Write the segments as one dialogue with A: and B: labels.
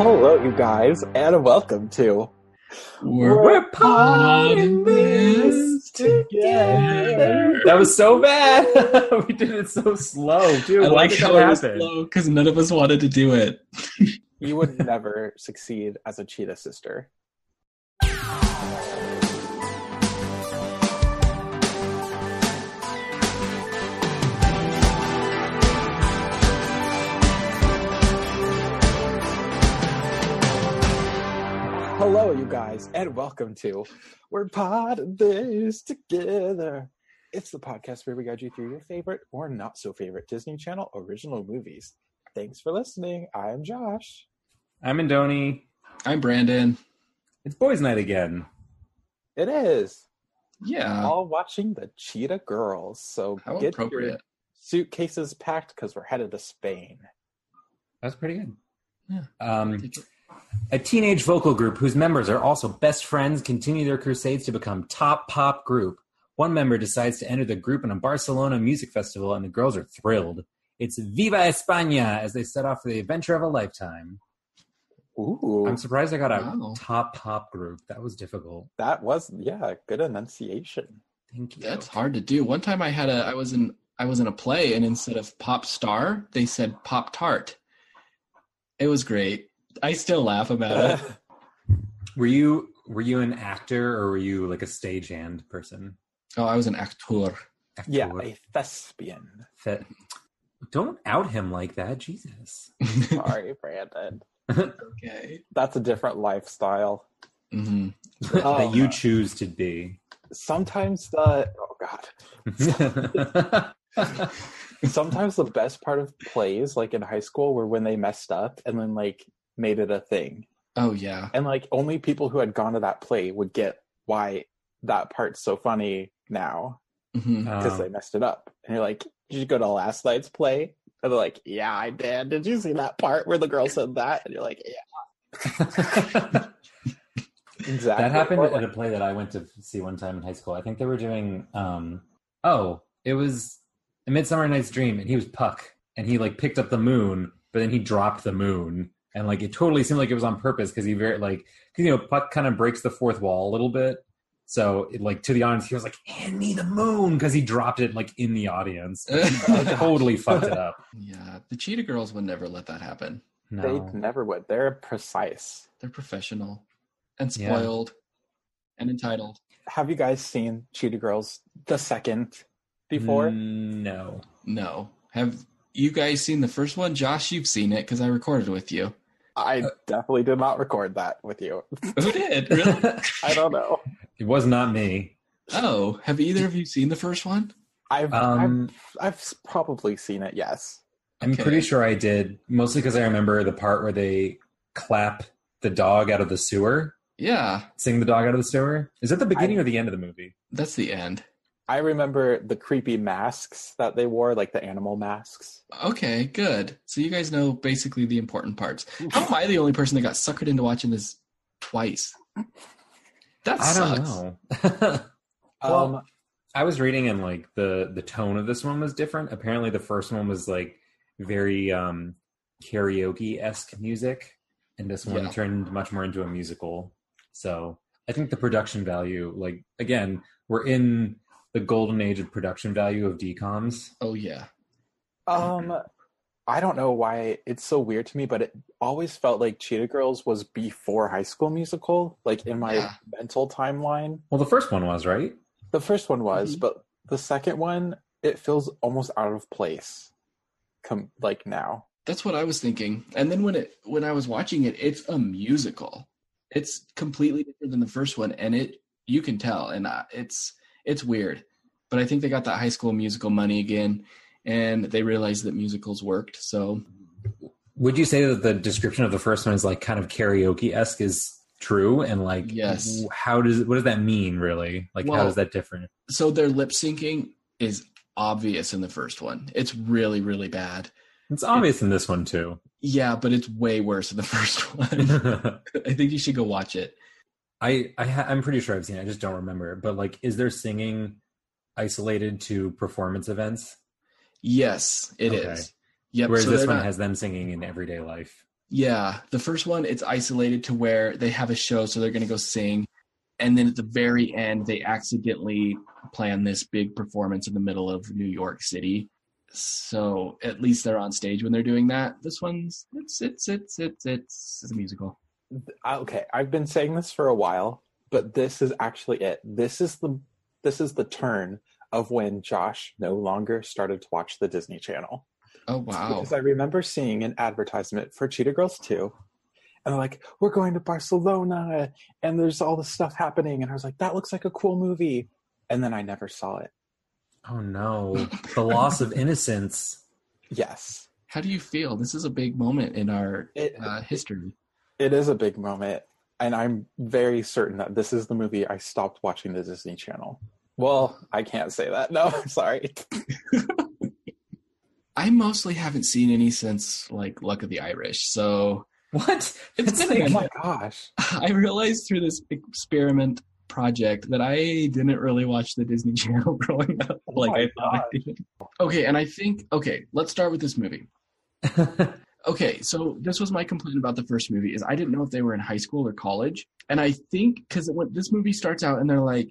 A: Hello, you guys, and welcome to
B: We're, potting this together.
A: That was so bad. we did it so slow, dude.
B: I
A: Why
B: like
A: did
B: how
A: that
B: it was
A: happen?
B: slow because none of us wanted to do it.
A: You would never succeed as a cheetah sister. Hello, you guys, and welcome to We're Pod This Together. It's the podcast where we guide you through your favorite or not so favorite Disney Channel original movies. Thanks for listening. I'm Josh.
C: I'm Indoni.
B: I'm Brandon.
C: It's boys' night again.
A: It is
B: Yeah,
A: all watching the Cheetah Girls. So
B: how
A: get your
B: appropriate.
A: suitcases packed because we're headed to Spain.
C: That's pretty good.
B: Yeah.
C: Um, a teenage vocal group whose members are also best friends continue their crusades to become top pop group. One member decides to enter the group in a Barcelona music festival, and the girls are thrilled. It's Viva España as they set off for the adventure of a lifetime.
A: Ooh,
C: I'm surprised I got a
B: Wow.
C: top pop group. That was difficult.
A: that was yeah, good enunciation.
C: Thank you.
B: That's hard to do. One time I had a I was in I was in a play and instead of pop star, they said pop tart. It was great. I still laugh about it.
C: Were you were you an actor or were you like a stagehand person?
B: Oh, I was an actor.
A: yeah,
C: Actor.
A: a thespian.
C: Fe- Don't out him like that, Jesus.
A: Sorry, Brandon.
B: okay.
A: That's a different lifestyle.
B: hmm
A: Oh.
C: that you choose to be.
A: Sometimes the oh god. Sometimes the best part of plays, like in high school, were when they messed up and then like made it a thing.
B: Oh yeah.
A: and like only people who had gone to that play would get why that part's so funny now
B: hmm
A: because they
C: Um,
A: messed it up. And you're like, did you go to last night's play? And they're like, yeah, I did. Did you see that part where the girl said that? And you're like, yeah, exactly.
C: that happened
A: Or,
C: at a
A: like,
C: play that I went to see one time in high school. I think they were doing um oh, it was a Midsummer Night's Dream and he was Puck and he like picked up the moon, but then he dropped the moon. And like it totally seemed like it was on purpose because he very like because you know Puck kind of breaks the fourth wall a little bit. So it, like to the audience, he was like, "Hand me the moon," because he dropped it like in the audience. He totally fucked it up.
B: yeah. The Cheetah Girls would never let that happen.
C: No.
A: They never would. They're precise.
B: They're professional and
C: Yeah.
B: spoiled and entitled.
A: Have you guys seen Cheetah Girls the second before?
C: Mm, No.
B: No. Have you guys seen the first one? Josh, you've seen it because I recorded with you.
A: I
C: uh,
A: definitely did not record that with you.
C: Oh,
B: Who did? Really?
C: it
A: I don't know.
C: was not me.
B: oh, have either of you seen the first one?
A: I've,
C: Um,
A: I've I've probably seen it. Yes.
C: I'm
B: Okay.
C: pretty sure I did, mostly because I remember the part where they clap the dog out of the sewer,
B: Yeah,
C: sing the dog out of the sewer. Is that the beginning or the end of the movie?
B: that's the end.
A: I remember the creepy masks that they wore, like the animal masks.
B: Okay, good. So you guys know basically the important parts. How
C: Oh,
B: am I the only person that got suckered into watching this twice? That
C: I
B: sucks.
C: don't know.
A: Um,
C: Well, I was reading and like the the tone of this one was different. Apparently, the first one was like very um karaoke esque music, and this one
B: Yeah.
C: turned much more into a musical. So I think the production value, like again, we're in the golden age of production value of DComs.
B: Oh yeah.
A: um, I don't know why it's so weird to me, but it always felt like Cheetah Girls was before High School Musical, like in my
B: Yeah.
A: mental timeline.
C: Well, the first one was right.
A: The first one was,
B: Mhm.
A: but the second one it feels almost out of place. Come like now,
B: That's what I was thinking. And then when it when I was watching it, it's a musical. It's completely different than the first one, and it you can tell, and uh, it's it's weird. But I think they got that High School Musical money again, and they realized that musicals worked. So
C: Would you say that the description of the first one is like kind of karaoke esque is true? And like,
B: Yes.
C: w- how does what does that mean really? Like, how
B: Well-
C: is that different?
B: so their lip syncing is obvious in the first one. It's really really bad.
C: It's obvious in this one too.
B: Yeah, but it's way worse than the first one.
C: I
B: I think you should go watch it.
C: I ha- I'm pretty sure I've seen. it. I just don't remember. But like, is there singing isolated to performance events?
B: Yes, it is.
C: Okay.
B: Yep.
C: Whereas
B: so
C: this
B: they're
C: one
B: not-
C: has them singing in everyday life.
B: Yeah, the first one it's isolated to where they have a show, so they're going to go sing, and then at the very end they accidentally plan this big performance in the middle of New York City. So at least they're on stage when they're doing that. This one's it's it's it's it's it's, it's a musical.
A: Okay, I've been saying this for a while, but this is actually it. This is the this is the turn of when Josh no longer started to watch the Disney Channel.
B: Oh wow!
A: Because I remember seeing an advertisement for Cheetah Girls 2. And they're like, we're going to Barcelona and there's all this stuff happening. And I was like, that looks like a cool movie. And then I never saw it.
C: Oh no, the loss of innocence.
A: Yes.
B: How do you feel? This is a big moment in our
A: It,
B: uh, history.
A: it is a big moment. And I'm very certain that this is the movie I stopped watching the Disney Channel. Well, I can't say that. No, I'm sorry.
B: I mostly haven't seen any since like Luck of the Irish, so
C: What?
B: It's
C: That's
B: been
A: oh
B: a-
A: my gosh.
B: I realized through this experiment project that I didn't really watch the Disney Channel growing up
C: Oh
B: like
A: my
B: I thought I did. Okay, and I think okay, let's start with this movie. Okay, so this was my complaint about the first movie is I didn't know if they were in high school or college, and I think because when this movie starts out and they're like,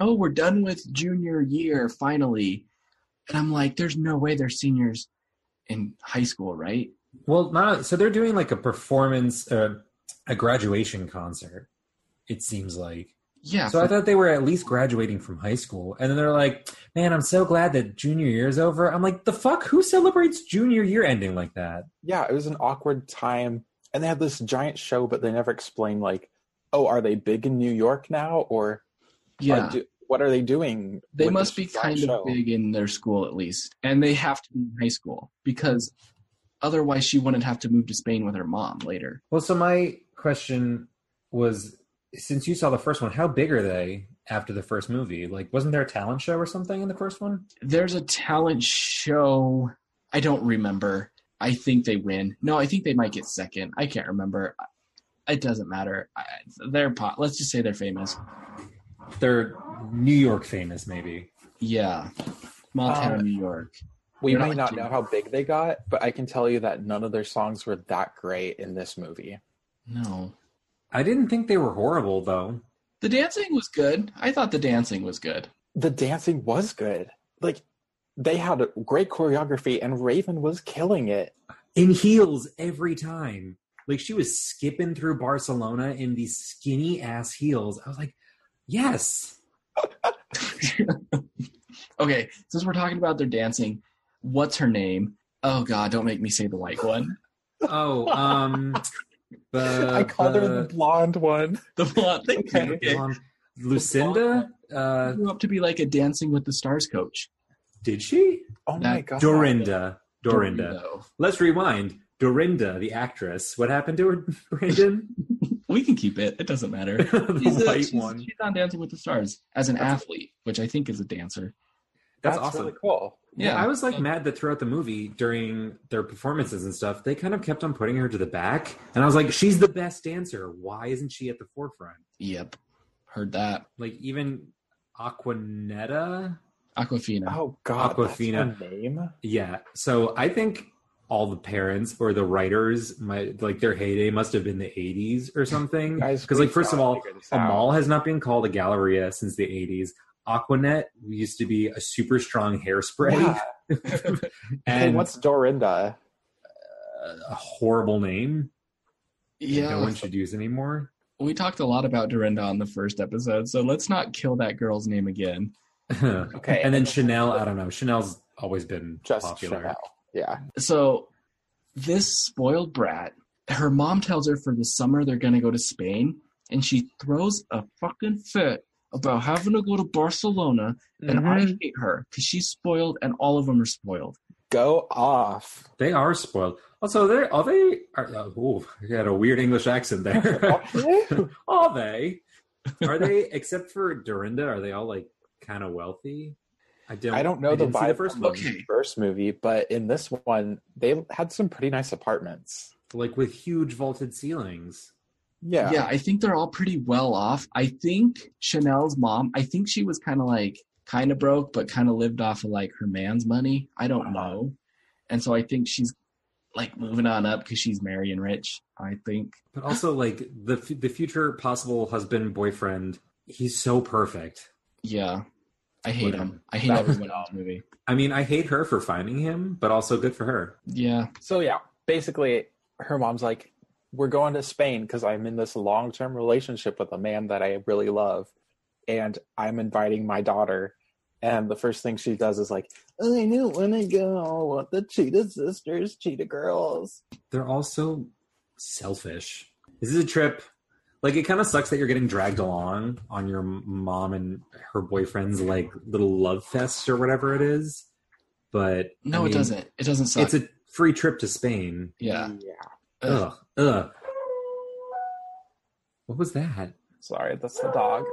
B: "Oh, we're done with junior year finally," and I'm like, "There's no way they're seniors in high school, right?"
C: well, not so they're doing like a performance, uh, a graduation concert. It seems like.
B: Yeah,
C: So I thought they were at least graduating from high school, and then they're like, "Man, I'm so glad that junior year is over." I'm like, "The fuck? Who celebrates junior year ending like that?"
A: Yeah, it was an awkward time. And they had this giant show, but they never explained, like, oh, are they big in New York now? Or
B: yeah.
A: Are do- what are they doing?
B: They
A: with
B: must be
A: this
B: kind
A: show?
B: of big in their school at least. And they have to be in high school because otherwise she wouldn't have to move to Spain with her mom later.
C: Well, so my question was, since you saw the first one, how big are they after the first movie? Like, wasn't there a talent show or something in the first one?
B: There's a talent show. I don't remember. I think they win. No, I think they might get second. I can't remember. It doesn't matter. I, they're po- let's just say they're famous.
C: They're New York famous, maybe.
B: Yeah. Small town
A: Um,
B: New York.
A: We
B: They're not
A: may
B: like
A: not
B: Jimmy.
A: know how big they got, but I can tell you that none of their songs were that great in this movie.
B: No.
C: I didn't think they were horrible, though.
B: The dancing was good. I thought the dancing was good.
A: The dancing was good. Like they had a great choreography and Raven was killing it.
C: In heels every time. Like, she was skipping through Barcelona in these skinny ass heels. I was like, yes.
B: okay, since we're talking about their dancing, what's her name? Oh God, don't make me say the white one.
C: Oh, um. bu-
A: I called her the
C: bu-
A: blonde one.
B: The blonde. Thank you.
A: Okay.
B: Okay.
C: um, Lucinda? Uh,
B: Grew up to be like a Dancing with the Stars coach.
C: did she?
A: Oh my
B: That
A: god.
C: Dorinda. Dorinda.
B: Dorito.
C: Let's rewind. Dorinda, the actress, what happened to her, Brandon?
B: We can keep it. It doesn't matter.
C: the
B: She's, a-
C: white
B: she's-
C: one.
B: she's on Dancing with the Stars as an athlete, which I think is a dancer.
C: That's,
A: That's,
C: awesome.
A: really cool.
C: yeah, I was like
B: So-
C: mad that throughout the movie, during their performances and stuff, they kind of kept on putting her to the back. And I was like, she's the best dancer. Why isn't she at the forefront?
B: Yep. Heard that.
C: Like, even Aquanetta?
B: Aquafina.
A: Oh god.
C: Aquafina.
A: That's her name.
C: Yeah. So I think all the parents or the writers, my like their heyday must have been the 80s or something.
A: Guys,
C: Because, like,
A: please
C: first of
A: now
C: all,
A: figure this
C: A
A: out.
C: mall has not been called a galleria since the 80s. Aquanet used to be a super strong hairspray
A: Yeah. Hey,
C: and
A: what's Dorinda?
C: a horrible name that
B: yeah.
C: no one should use anymore.
B: we talked a lot about Dorinda on the first episode, so let's not kill that girl's name again.
C: and
A: Okay.
C: then Chanel, I don't know. Chanel's always been
A: just
C: popular.
A: Chanel. Yeah.
B: so this spoiled brat her mom tells her for the summer they're going to go to spain and she throws a fucking fit about having to go to barcelona and i
A: Mhm.
B: hate her because she's spoiled and all of them are spoiled
A: Go off.
C: They are spoiled. Also, they are they are uh, ooh, I had a weird English accent there. are they? Are they except for Dorinda, are they all like kind of wealthy? I don't
A: I don't know the
C: didn't see
A: vibe
C: the first
A: from
C: one.
B: Okay.
A: the first movie, but in this one, they had some pretty nice apartments.
C: Like with huge vaulted ceilings.
A: Yeah.
B: yeah i think they're all pretty well off i think chanel's mom i think she was kind of like kind of broke but kind of lived off of like her man's money i don't know and so i think she's like moving on up because she's marrying rich. I think
C: But also, like the f- the future possible husband boyfriend, he's so perfect.
B: yeah, I hate
C: Whatever.
B: him. I hate
C: That-
B: everyone in this movie.
C: I mean, I hate her for finding him, but also good for her.
B: Yeah,
A: So yeah, basically, her mom's like, "We're going to Spain because I'm in this long-term relationship with a man that I really love, and I'm inviting my daughter." And the first thing she does is like, "I don't want to go. I want the Cheetah Sisters, Cheetah Girls."
C: They're also selfish. This is a trip. Like it kind of sucks that you're getting dragged along on your m- mom and her boyfriend's like little love fest or whatever it is. But
B: no,
C: I mean,
B: it doesn't. It doesn't suck.
C: It's a free trip to Spain.
B: yeah, Ugh.
C: Ugh. Ugh. What was that?
A: Sorry, that's the dog.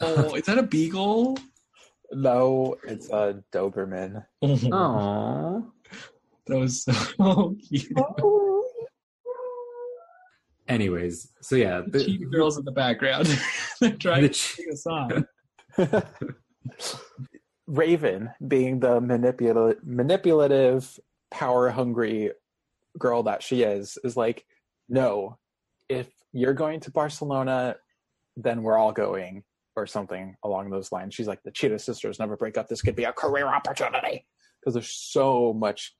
B: Oh, is that a beagle?
A: No, it's a Doberman.
C: Oh.
B: That was so cute.
A: Oh.
C: Anyways, so yeah,
B: The cheetah girls in the background. They're trying
C: the
B: to
C: ch-
B: sing a song.
A: Raven, being the manipulative, manipulative, power-hungry girl that she is, is like, no, if you're going to Barcelona, then we're all going, or something along those lines. She's like, the Cheetah Sisters never break up. This could be a career opportunity because there's so much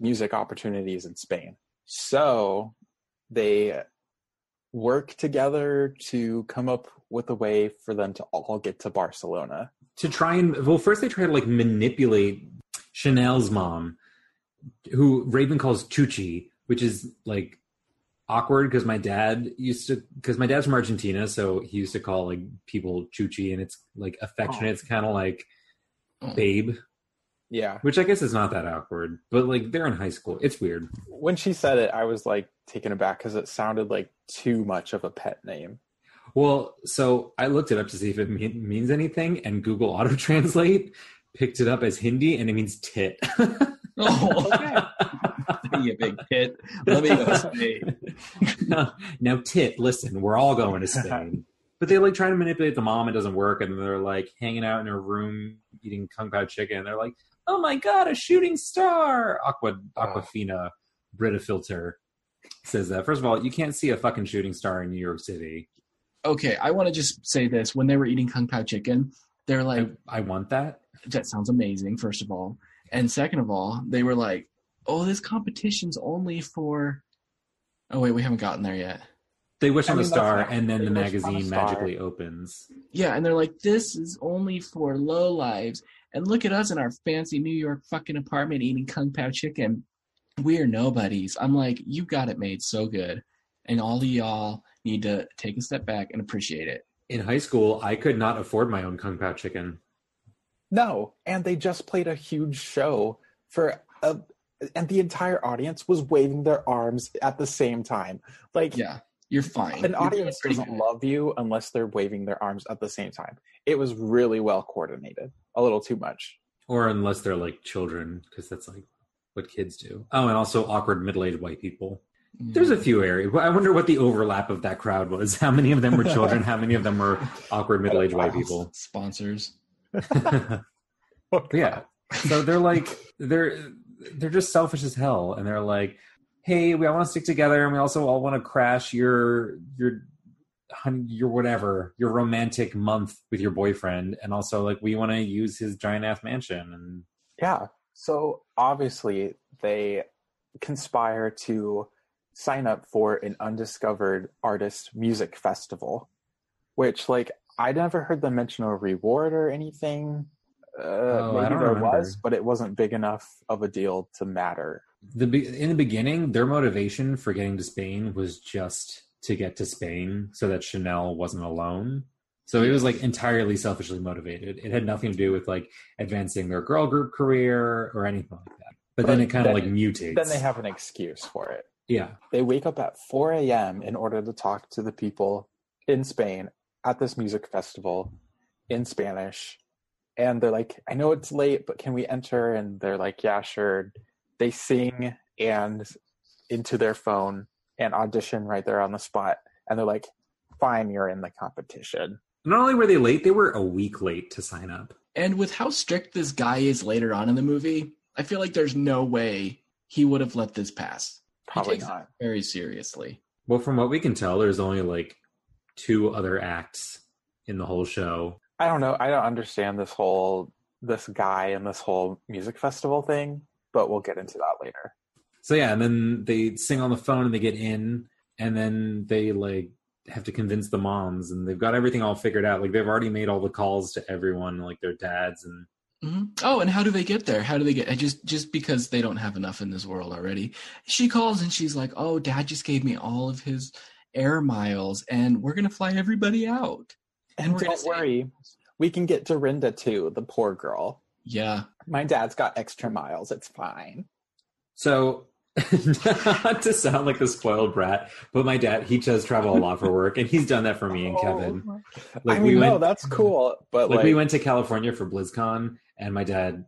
A: music opportunities in Spain. So they work together to come up with a way for them to all get to Barcelona.
C: to try and well, first they try to like manipulate Chanel's mom, who Raven calls Chuchi, which is like awkward because my dad used to because my dad's from Argentina, so he used to call like people Chuchi, and it's like affectionate. It's kind of like
B: Oh.
C: babe,
A: Yeah.
C: which I guess is not that awkward, but like they're in high school. It's weird.
A: When she said it, I was like taken aback because it sounded like too much of a pet name.
C: Well, so I looked it up to see if it mean, means anything, and Google Auto Translate picked it up as Hindi, and it means tit.
B: Oh,
A: Okay.
B: you big tit. Let me go Spain.
C: now, now, tit, listen, we're all going to Spain. But they like try to manipulate the mom, it doesn't work, and they're like hanging out in her room eating kung pao chicken, and they're like, "Oh my god, a shooting star!" Aqua Aquafina Brita filter says that. First of all, you can't see a fucking shooting star in New York City.
B: Okay, I want to just say this. When they were eating kung pao chicken, they're like,
C: I, I want that.
B: that sounds amazing, first of all. And second of all, they were like, oh, this competition's only for. Oh, wait, we haven't gotten there yet.
C: They wish
A: I
C: on
A: mean,
C: a
A: that's
C: star,
A: not-
C: and then
A: they
C: the
A: wish on a
C: magazine
A: star.
C: magically opens.
B: Yeah, and they're like, this is only for low lives. And look at us in our fancy New York fucking apartment eating kung pao chicken. We're nobodies. I'm like, you got it made so good. And all of y'all need to take a step back and appreciate it.
C: In high school, I could not afford my own kung pao chicken.
A: No. And they just played a huge show for a. And the entire audience was waving their arms at the same time. Like,
B: Yeah, you're fine. You're
A: an
B: doing
A: audience
B: pretty
A: doesn't
B: good.
A: love you unless they're waving their arms at the same time. It was really well coordinated, a little too much.
C: or unless they're like children because that's like what kids do oh and also awkward middle-aged white people
B: Yeah.
C: there's a few areas i wonder what the overlap of that crowd was how many of them were children how many of them were awkward middle-aged white people
B: sponsors.
C: But yeah so they're like they're they're just selfish as hell and they're like hey we all want to stick together and we also all want to crash your your hun- your whatever your romantic month with your boyfriend and also like we want to use his giant ass mansion and
A: Yeah. So obviously they conspire to sign up for an undiscovered artist music festival, which like I never heard them mention a reward or anything. Uh,
C: Oh, I
A: maybe
C: don't
A: there
C: remember.
A: was, but it wasn't big enough of a deal to matter.
C: the be- in the beginning, their motivation for getting to Spain was just to get to Spain so that Chanel wasn't alone. So it was like entirely selfishly motivated. It had nothing to do with like advancing their girl group career or anything like that. But, then
A: But
C: it kind of
A: then-
C: like mutates.
A: Then they have an excuse for it.
C: yeah.
A: they wake up at 4 a.m. in order to talk to the people in Spain at this music festival in Spanish. And they're like, I know it's late, but can we enter? And they're like, yeah, sure. They sing and into their phone and audition right there on the spot. And they're like, fine, you're in the competition.
C: Not only were they late, they were a week late to sign up.
B: And with how strict this guy is later on in the movie, I feel like there's no way he would have let this pass
A: Probably
B: takes-
A: not.
B: very seriously.
C: Well, from what we can tell, there's only like two other acts in the whole show.
A: I don't know. I don't understand this whole this guy and this whole music festival thing, but we'll get into that later.
C: So yeah, and then they sing on the phone and they get in, and then they like have to convince the moms, and they've got everything all figured out. Like they've already made all the calls to everyone, like their dads, and
B: hmm Oh, and how do they get there? How do they get? I just just because they don't have enough in this world already. She calls and she's like, "Oh, Dad just gave me all of his air miles, and we're gonna fly everybody out." And
A: And
B: we're gonna
A: don't
B: say-
A: worry, we can get Dorinda too, the poor girl.
B: Yeah,
A: My dad's got extra miles. It's fine.
C: so. not to sound like a spoiled brat, but my dad he does travel a lot for work, and he's done that for me and Kevin.
B: Oh.
C: Like
A: Oh, I mean,
C: we
A: no,
C: went,
A: that's cool, but
C: like,
A: like,
C: we went to California for BlizzCon, and my dad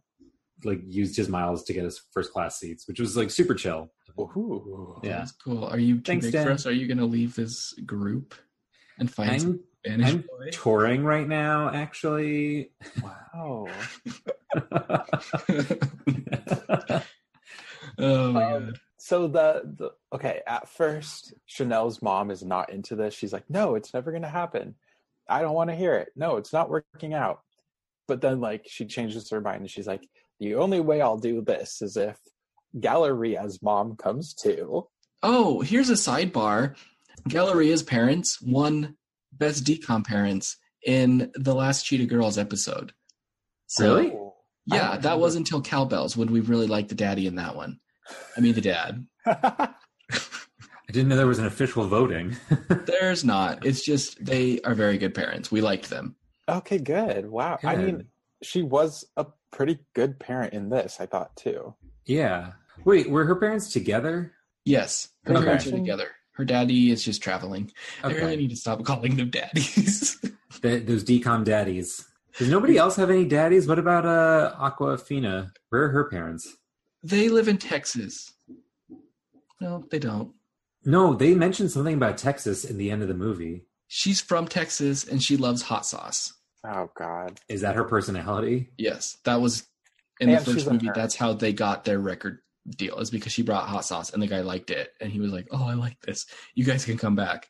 C: like used his miles to get us first class seats, which was like super chill.
A: Ooh.
C: Yeah.
B: that's cool. Are you too
C: Thanks,
B: big
C: Dad.
B: for us? Are you gonna leave this group and find some
C: I'm
B: Spanish
C: I'm-
B: boy?
C: touring right now, actually.
A: Wow.
B: oh my
A: Um,
B: god!
A: So the, the okay, at first Chanel's mom is not into this. She's like, "No, it's never going to happen. I don't want to hear it. No, it's not working out." But then like she changes her mind and she's like, "The only way I'll do this is if Galleria's mom comes too."
B: Oh, here's a sidebar. Galleria's parents won best decom parents in the last Cheetah Girls episode.
A: I
B: Yeah,
C: Really?
A: don't
B: that
A: remember.
B: wasn't until Cowbells when we really liked the daddy in that one. I mean, the dad.
C: I didn't know there was an official voting.
B: There's not. It's just they are very good parents. We liked them.
A: okay, good. Wow. I mean, she was a pretty good parent in this, I thought too.
C: yeah. Wait, were her parents together?
B: Yes, her
C: Okay.
B: parents are together. Her daddy is just traveling. I really
C: Okay.
B: need to stop calling them daddies.
C: Th- those decom daddies. Does nobody else have any daddies? What about uh, Aquafina? Where are her parents?
B: they live in Texas. No, they don't.
C: No, they mentioned something about Texas in the end of the movie.
B: She's from Texas and she loves hot sauce.
A: Oh god.
C: Is that her personality?
B: Yes, that was in the
A: And she's
B: first
A: a
B: movie.
A: nerd.
B: That's how they got their record deal is because she brought hot sauce and the guy liked it and he was like, "Oh, I like this. You guys can come back."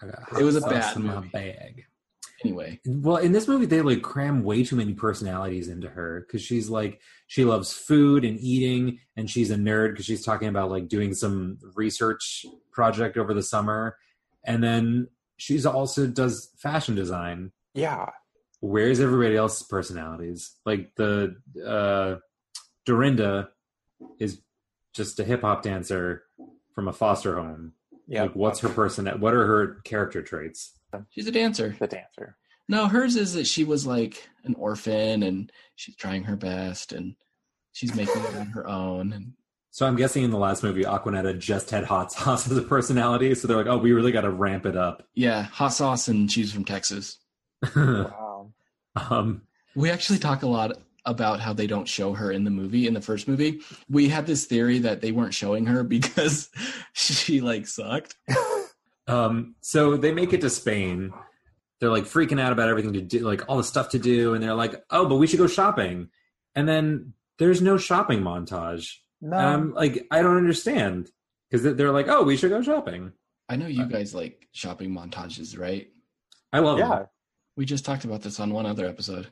C: I got
B: It was a
C: hot sauce
B: bad
C: in my
B: movie.
C: bag.
B: Anyway,
C: Well, in this movie, they like cram way too many personalities into her because she's like she loves food and eating, and she's a nerd because she's talking about like doing some research project over the summer, and then she's also does fashion design.
A: Yeah.
C: Where's everybody else's personalities? Like the uh, Dorinda is just a hip hop dancer from a foster home.
A: Yeah.
C: Like, what's her person? What are her character traits?
B: she's a dancer.
A: the dancer.
B: No, hers is that she was like an orphan and she's trying her best and she's making it on her own and
C: So I'm guessing in the last movie, Aquanetta just had hot sauce as a personality. So they're like, oh, we really got to ramp it up.
B: yeah, hot sauce and she's from Texas.
A: Wow.
C: um,
B: We actually talk a lot about how they don't show her in the movie in the first movie. We had this theory that they weren't showing her because she like sucked.
C: um, so they make it to Spain. They're like freaking out about everything to do, like all the stuff to do. And they're like, oh, but we should go shopping. And then there's no shopping montage.
A: No.
C: And I'm like, I don't understand. Because they're like, oh, we should go shopping.
B: I know you guys like shopping montages, right?
C: I love
A: yeah.
C: them.
B: We just talked about this on one other episode.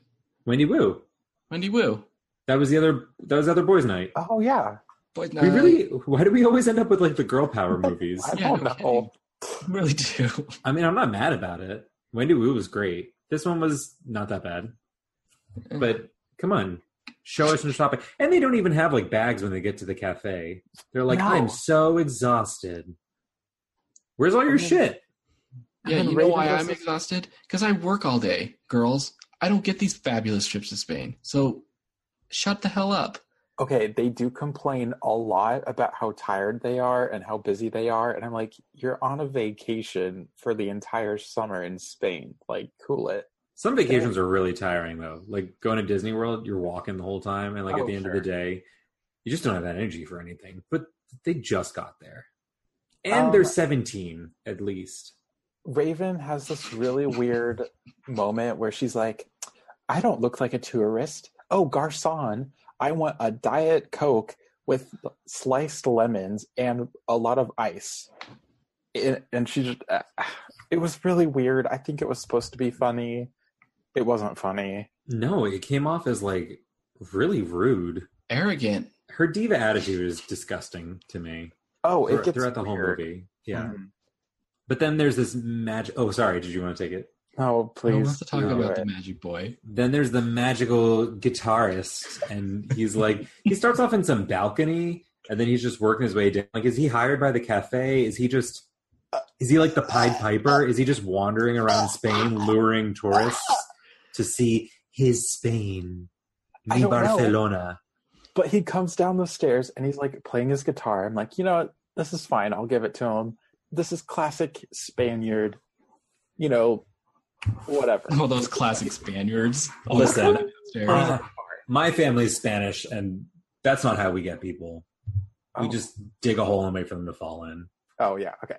C: Wendy Wu.
B: Wendy Wu.
C: That was the other. That was the other boys' night.
A: Oh yeah.
B: Boys,
C: we
B: Night.
C: really. Why do we always end up with like the girl power movies?
A: I
B: Yeah,
A: don't
B: no
A: know.
B: We really do.
C: I mean, I'm not mad about it. Wendy Wu was great. This one was not that bad. But come on, show us some shopping. And they don't even have like bags when they get to the cafe. They're like,
A: No.
C: I'm so exhausted. Where's all your
A: I mean-
C: shit?
B: yeah,
A: And
B: you know
A: Raven
B: why
A: was-
B: I'm exhausted? Because I work all day, girls. I don't get these fabulous trips to Spain. So shut the hell up.
A: Okay, they do complain a lot about how tired they are and how busy they are, and I'm like, you're on a vacation for the entire summer in Spain. Like, cool it.
C: Some vacations are really tiring though. Like going to Disney World, you're walking the whole time, and like
A: Oh,
C: at the end
A: sure.
C: of the day, you just don't have that energy for anything. But they just got there, and
A: Um,
C: they're 17 at least.
A: Raven has this really weird moment where she's like, I don't look like a tourist. Oh, garçon, I want a diet coke with sliced lemons and a lot of ice. It, and she just, uh, it was really weird. I think it was supposed to be funny. It wasn't funny.
C: No, it came off as like really rude.
B: Arrogant.
C: Her diva attitude is disgusting to me.
A: Oh, it
C: thro-
A: gets
C: throughout the whole
A: weird.
C: movie. Yeah.
A: Mhm.
C: But then there's this magic. Oh, sorry. Did you want to take it?
A: Oh,
B: Please.
A: please.
B: have to talk
A: do
B: about
A: it.
B: the magic boy.
C: Then there's the magical guitarist, and he's like, he starts off in some balcony, and then he's just working his way down. Like, is he hired by the cafe? Is he just, is he like the Pied Piper? Is he just wandering around Spain, luring tourists to see his Spain,
A: I
C: mi
A: don't know.
C: Barcelona?
A: But he comes down the stairs and he's like playing his guitar. I'm like, you know what? This is fine. I'll give it to him. This is classic Spaniard, you know, whatever.
B: All those classic Spaniards. All
C: Listen.
B: the downstairs.
C: Uh, my family's Spanish, and that's not how we get people. We
A: Oh.
C: just dig a hole and wait for them to fall in.
A: Oh, yeah. Okay.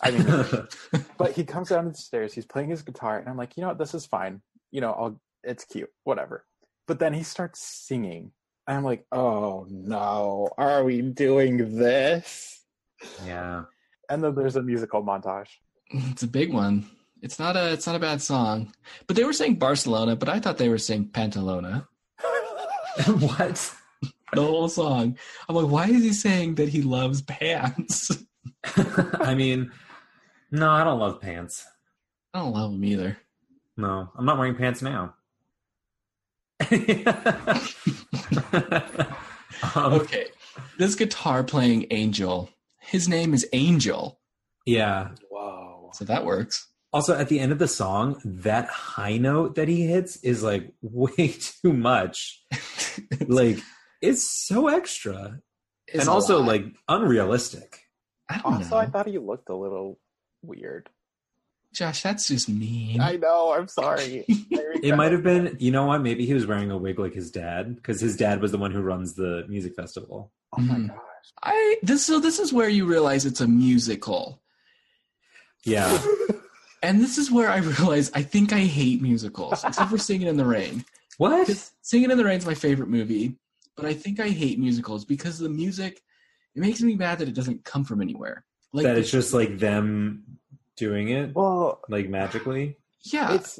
A: I mean, but he comes down the stairs. He's playing his guitar, and I'm like, you know what? This is fine. You know, I'll. It's cute, whatever. But then he starts singing, and I'm like, oh no, are we doing this?
C: yeah.
A: And then there's a musical montage.
B: It's a big one. It's not a it's not a bad song. But they were saying Barcelona, but I thought they were saying Pantalona.
C: what?
B: The whole song. I'm like, why is he saying that he loves pants?
C: I mean, no, I don't love pants.
B: I don't love him either.
C: No, I'm not wearing pants now.
A: Uh-huh.
C: um,
B: Okay. This guitar playing angel. His name is Angel.
C: yeah.
A: Whoa.
B: So that works.
C: Also, at the end of the song, that high note that he hits is like way too much. Like, it's so extra.
B: It's
C: and
B: a
C: also,
B: lot.
C: like, unrealistic.
B: I don't
A: Also,
B: know.
A: I thought he looked a little weird.
B: Josh, that's just mean.
A: I know. I'm sorry.
C: It might have been, you know what? Maybe he was wearing a wig like his dad, because his dad was the one who runs the music festival.
A: Oh my
B: Mhm.
A: gosh.
B: I this so this is where you realize it's a musical.
C: Yeah.
B: And this is where I realize I think I hate musicals, except for Singing in the Rain.
C: what?
B: Because Singing in the Rain's my favorite movie, but I think I hate musicals because the music it makes me mad that it doesn't come from anywhere. Like
C: that it's just like them doing it,
A: Well,
C: like magically.
B: yeah,
A: it's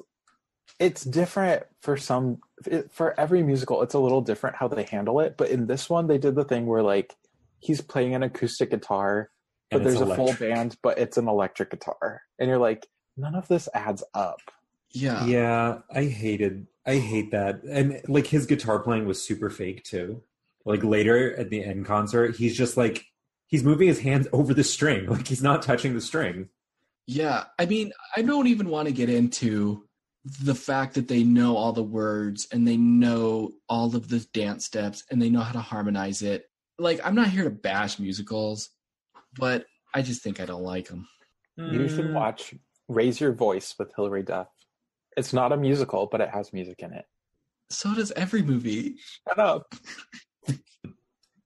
A: it's different for some it, for every musical it's a little different how they handle it but in this one they did the thing where like he's playing an acoustic guitar but
C: and it's
A: there's a full
C: electric.
A: band but it's an electric guitar and you're like none of this adds up
B: yeah,
C: Yeah, I hated. I hate that. And like his guitar playing was super fake too. Like later at the end concert, he's just like he's moving his hands over the string, like he's not touching the string.
B: yeah. I mean, I don't even want to get into the fact that they know all the words and they know all of the dance steps and they know how to harmonize it. Like, I'm not here to bash musicals, but I just think I don't like them.
A: you
C: Hmm.
A: should watch raise your voice with hilary duff it's not a musical but it has music in it
B: So does every movie.
A: shut up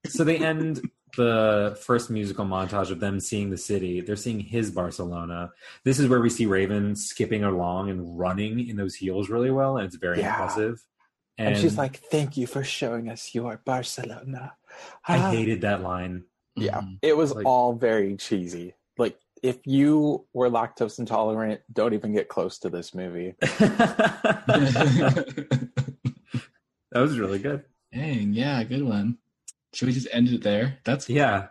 C: So they end the first musical montage of them seeing the city. They're seeing his Barcelona. This is where we see Raven skipping along and running in those heels really well, and it's very
A: Yeah.
C: impressive.
A: and, she's like thank you for showing us your barcelona
C: I
A: Ah.
C: hated that line.
A: Yeah,
B: Mhm.
A: it was
C: Mm-hmm. Like-
A: all very cheesy. Like if you were lactose intolerant, don't even get close to this movie.
C: that was really good.
B: Mm. Dang, yeah, good one. Should we just end it there? That's
C: Yeah.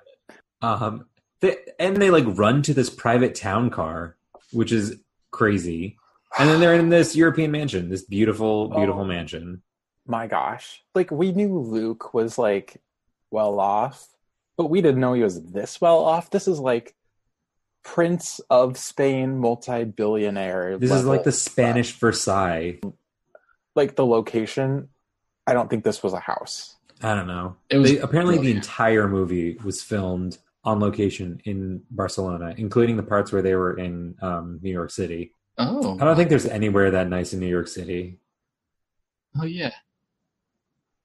C: Um, they, and they like run to this private town car, which is crazy. And then they're in this European mansion, this beautiful, beautiful
A: Oh.
C: mansion.
A: My gosh. Like we knew Luke was like well off, but we didn't know he was this well off. This is like Prince of Spain multi-billionaire.
C: This is like
A: level.
C: the Spanish Versailles.
A: like the location. I don't think this was a house.
C: I don't know.
B: It was
C: They- apparently the
B: brilliant.
C: entire movie was filmed on location in Barcelona, including the parts where they were in um, New York City.
B: oh,
C: I don't think there's anywhere that nice in New York City.
B: oh yeah,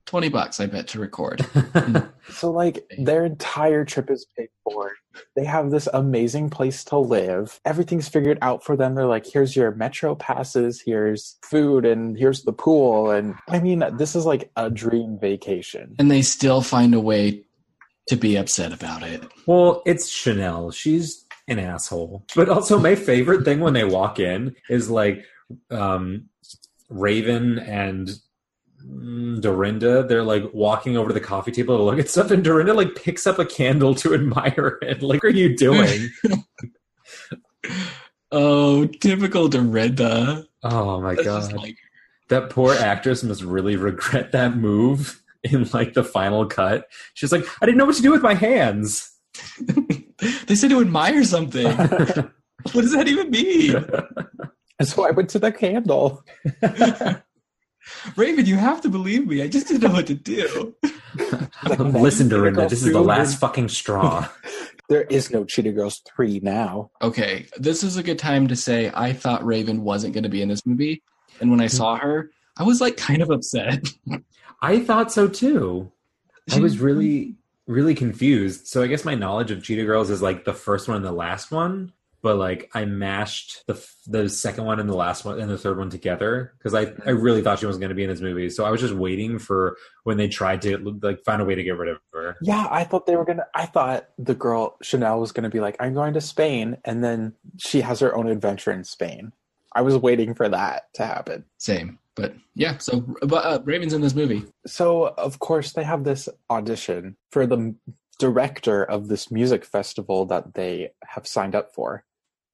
B: twenty bucks I bet to record. Hmm.
A: So like their entire trip is paid for. They have this amazing place to live. Everything's figured out for them. They're like, here's your metro passes, here's food, and here's the pool. And I mean, this is like a dream vacation.
B: and they still find a way to be upset about it.
C: Well, it's Chanel. She's an asshole. But also, my favorite thing when they walk in is like um, Raven and mm, Dorinda. They're like walking over to the coffee table to look at stuff, and Dorinda like picks up a candle to admire it. Like, what are you doing?
B: Oh, typical Dorinda.
C: oh my
B: That's
C: god,
B: just like,
C: that poor actress must really regret that move in like the final cut. She's like, I didn't know what to do with my hands.
B: they said to admire something. what does that even mean?
A: So I went to the candle.
B: Raven, you have to believe me. I just didn't know what to do.
C: Listen, Dorinda, this is the
A: Costume.
C: last fucking straw.
A: There is no Cheetah Girls 3 now.
B: Okay, this is a good time to say I thought Raven wasn't going to be in this movie, and when I saw her, I was like kind of upset.
C: I thought so too. I
B: She-
C: was really, really confused. So I guess my knowledge of Cheetah Girls is like the first one and the last one, but like I mashed the f- the second one and the last one and the third one together because I I really thought she was going to be in this movie. So I was just waiting for when they tried to like find a way to get rid of her.
A: Yeah, I thought they were gonna. I thought the girl Chanel was gonna be like, "I'm going to Spain," and then she has her own adventure in Spain. I was waiting for that to happen.
B: Same, but yeah. So, but uh, Raven's in this movie.
A: So, of course, they have this audition for the m- director of this music festival that they have signed up for.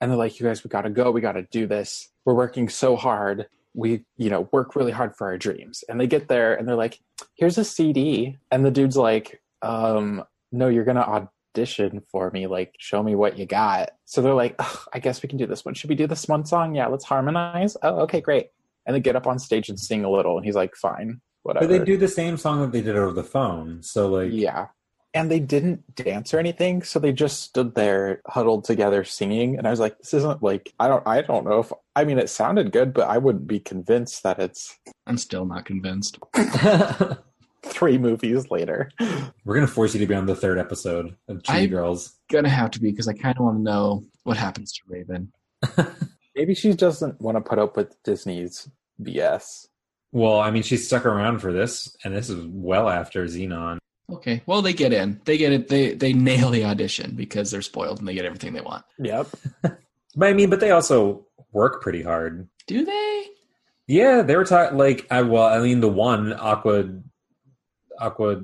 A: And they're like, you guys, we got to go. We got to do this. We're working so hard. We, you know, work really hard for our dreams. And they get there and they're like, here's a CD. And the dude's like, um, no, you're going to audition for me. Like, show me what you got. So they're like, "Ugh, I guess we can do this one. Should we do this one song? Yeah, let's harmonize. Oh, okay, great. And they get up on stage and sing a little. And he's like, fine, whatever.
C: But they do the same song that they did over the phone. So like,
A: Yeah. And they didn't dance or anything, so they just stood there huddled together singing. And I was like, this isn't like I don't I don't know if I mean it sounded good, but I wouldn't be convinced that it's
B: I'm still not convinced.
A: three movies later.
C: we're gonna force you to be on the third episode of Cheetah
B: I-
C: Girls.
B: Gonna have to be because I kind of want to know what happens to Raven.
A: Maybe she doesn't want to put up with Disney's BS.
C: Well, I mean, she stuck around for this, and this is well after Xenon.
B: Okay, well they get in. They get it. They they nail the audition because they're spoiled and they get everything they want.
A: Yep.
C: But I mean, but they also work pretty hard.
B: Do they?
C: Yeah, they were taught like I well, I mean, the one Aqua, Aqua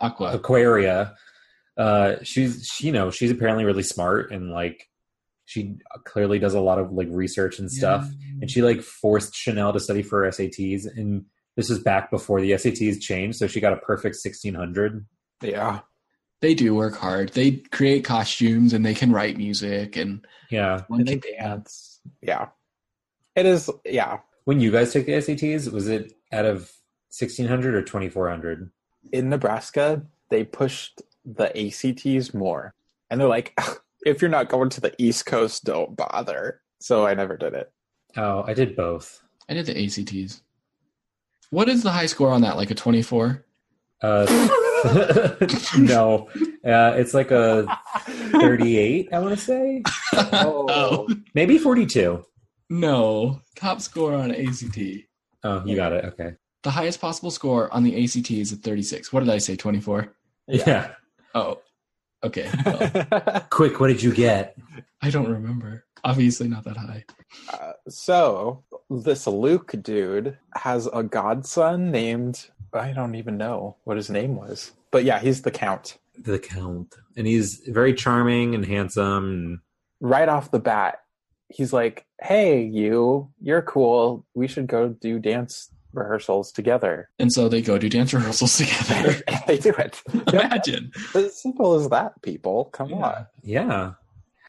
B: Aqua.
C: Aquaria, uh, she's she, you know she's apparently really smart and like she clearly does a lot of like research and stuff. and she like forced Chanel to study for her SATs and this was back before the SATs changed so she got a perfect 1600
A: Yeah.
B: They do work hard. They create costumes and they can write music and
C: yeah
B: one
A: they
B: can dance.
A: Yeah. It is yeah.
C: when you guys took the SATs was it out of 1600 or 2400
A: In Nebraska, they pushed the ACTs more. And they're like, if you're not going to the East Coast, don't bother. So I never did it.
C: oh I did both
B: I did the ACTs. What is the high score on that? Like a twenty-four.
C: uh no uh it's like a 38 I want to say
B: oh
C: maybe 42
B: no! Top score on ACT.
C: oh you got it okay
B: The highest possible score on the ACT is a 36. What did I say? 24?
C: yeah,
B: Oh, okay.
A: Oh.
B: Well,
A: Yeah.
C: quick what did you get
B: I don't remember. Obviously, not that high.
A: Uh, so this Luke dude has a godson named I don't even know what his name was, but yeah, he's the count.
C: the count and he's very charming and handsome and
A: Right off the bat, he's like, "Hey, you, you're cool. We should go do dance rehearsals together."
B: And so they go do dance rehearsals together.
A: they do it.
B: Imagine.
A: as simple as that. People, come
B: Yeah.
A: on.
C: yeah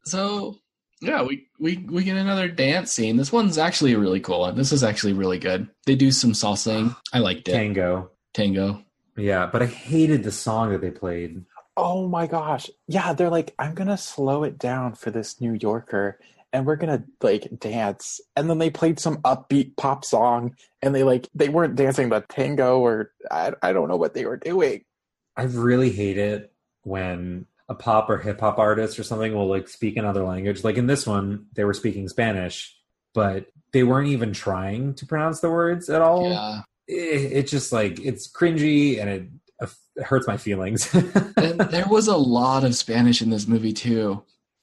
B: So yeah, we, we we get another dance scene. This one's actually a really cool one. This is actually really good. They do some salsaing. I liked it.
C: tango
B: Tango.
C: Yeah, but I hated the song that they played.
A: Oh my gosh. Yeah, they're like, I'm gonna slow it down for this New Yorker and we're gonna like dance. And then they played some upbeat pop song and they like they weren't dancing the tango or I, I don't know what they were doing.
C: I really hate it when a pop or hip hop artist or something will like speak another language. Like in this one, they were speaking Spanish, but they weren't even trying to pronounce the words at all.
B: Yeah.
C: It, it's just like it's cringy and it it hurts my feelings.
B: And there was a lot of Spanish in this movie too.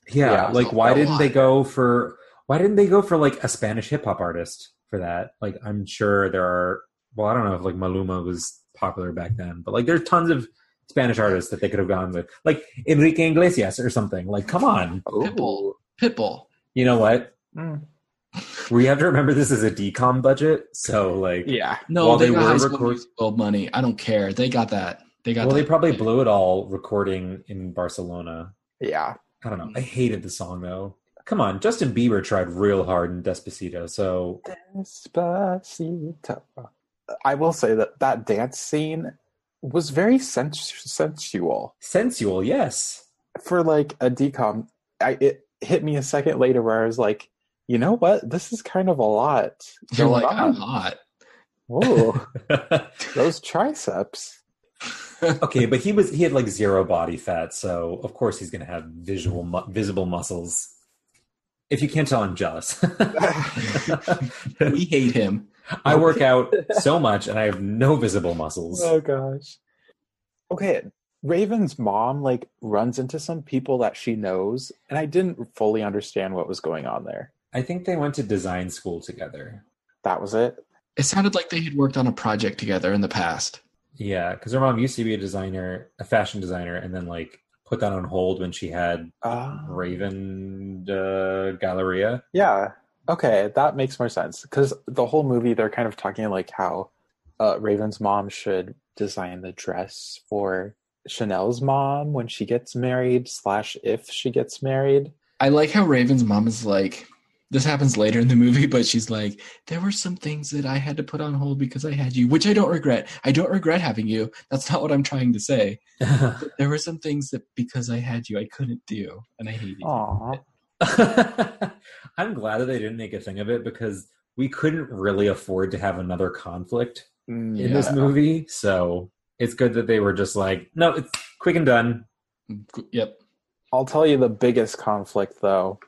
C: yeah,
A: Yeah,
C: like
B: a
C: why
B: lot.
C: didn't they go for why didn't they go for like a Spanish hip hop artist for that? Like I'm sure there are well, I don't know if like Maluma was popular back then, but like there's tons of Spanish artists that they could have gone with. Like Enrique Iglesias or something. Like come on.
B: Pitbull. Pitbull.
C: You know what?
A: Mm.
C: We have to remember this is a decom budget, so like
A: Yeah.
B: No,
C: While
B: they,
C: they
B: got
C: were
B: high school
C: record-
B: musical money. I don't care. They got that. They got
C: well,
B: that.
C: they probably blew it all recording in Barcelona.
A: Yeah.
C: I don't know. I hated the song though. Come on, Justin Bieber tried real hard in Despacito, so
A: Despacito. I will say that that dance scene was very sensu- sensual
C: sensual, yes.
A: for like a decom. I, it hit me a second later where I was like, you know what? This is kind of a lot.
B: You're
A: going
B: like, I'm
A: on.
B: hot.
A: Whoa,
C: okay,
A: those triceps.
C: but he was he had like zero body fat, so of course he's going to have visual mu- visible muscles. If you can't tell, I'm jealous. Oh,
B: We hate him.
C: I work out so much and I have no visible muscles.
A: Oh gosh. Okay, Raven's mom like runs into some people that she knows, and I didn't fully understand what was going on there.
C: I think they went to design school together.
A: That was it.
B: It sounded like they had worked on a project together in the past.
C: Yeah, because her mom used to be a designer, a fashion designer, and then like put that on hold when she had
A: Ah.
C: Raven uh, Galleria.
A: Yeah. Okay, that makes more sense because the whole movie they're kind of talking like how uh, Raven's mom should design the dress for Chanel's mom when she gets married slash if she gets married.
B: I like how Raven's mom is like, this happens later in the movie, but she's like, there were some things that I had to put on hold because I had you, which I don't regret. I don't regret having you. That's not what I'm trying to say. There were some things that because I had you, I couldn't do, and I hate you.
A: Aw,
C: I'm glad that they didn't make a thing of it because we couldn't really afford to have another conflict
A: Mm,
C: in this
A: yeah.
C: movie. So it's good that they were just like, no, it's quick and done.
B: Yep.
A: I'll tell you the biggest conflict though.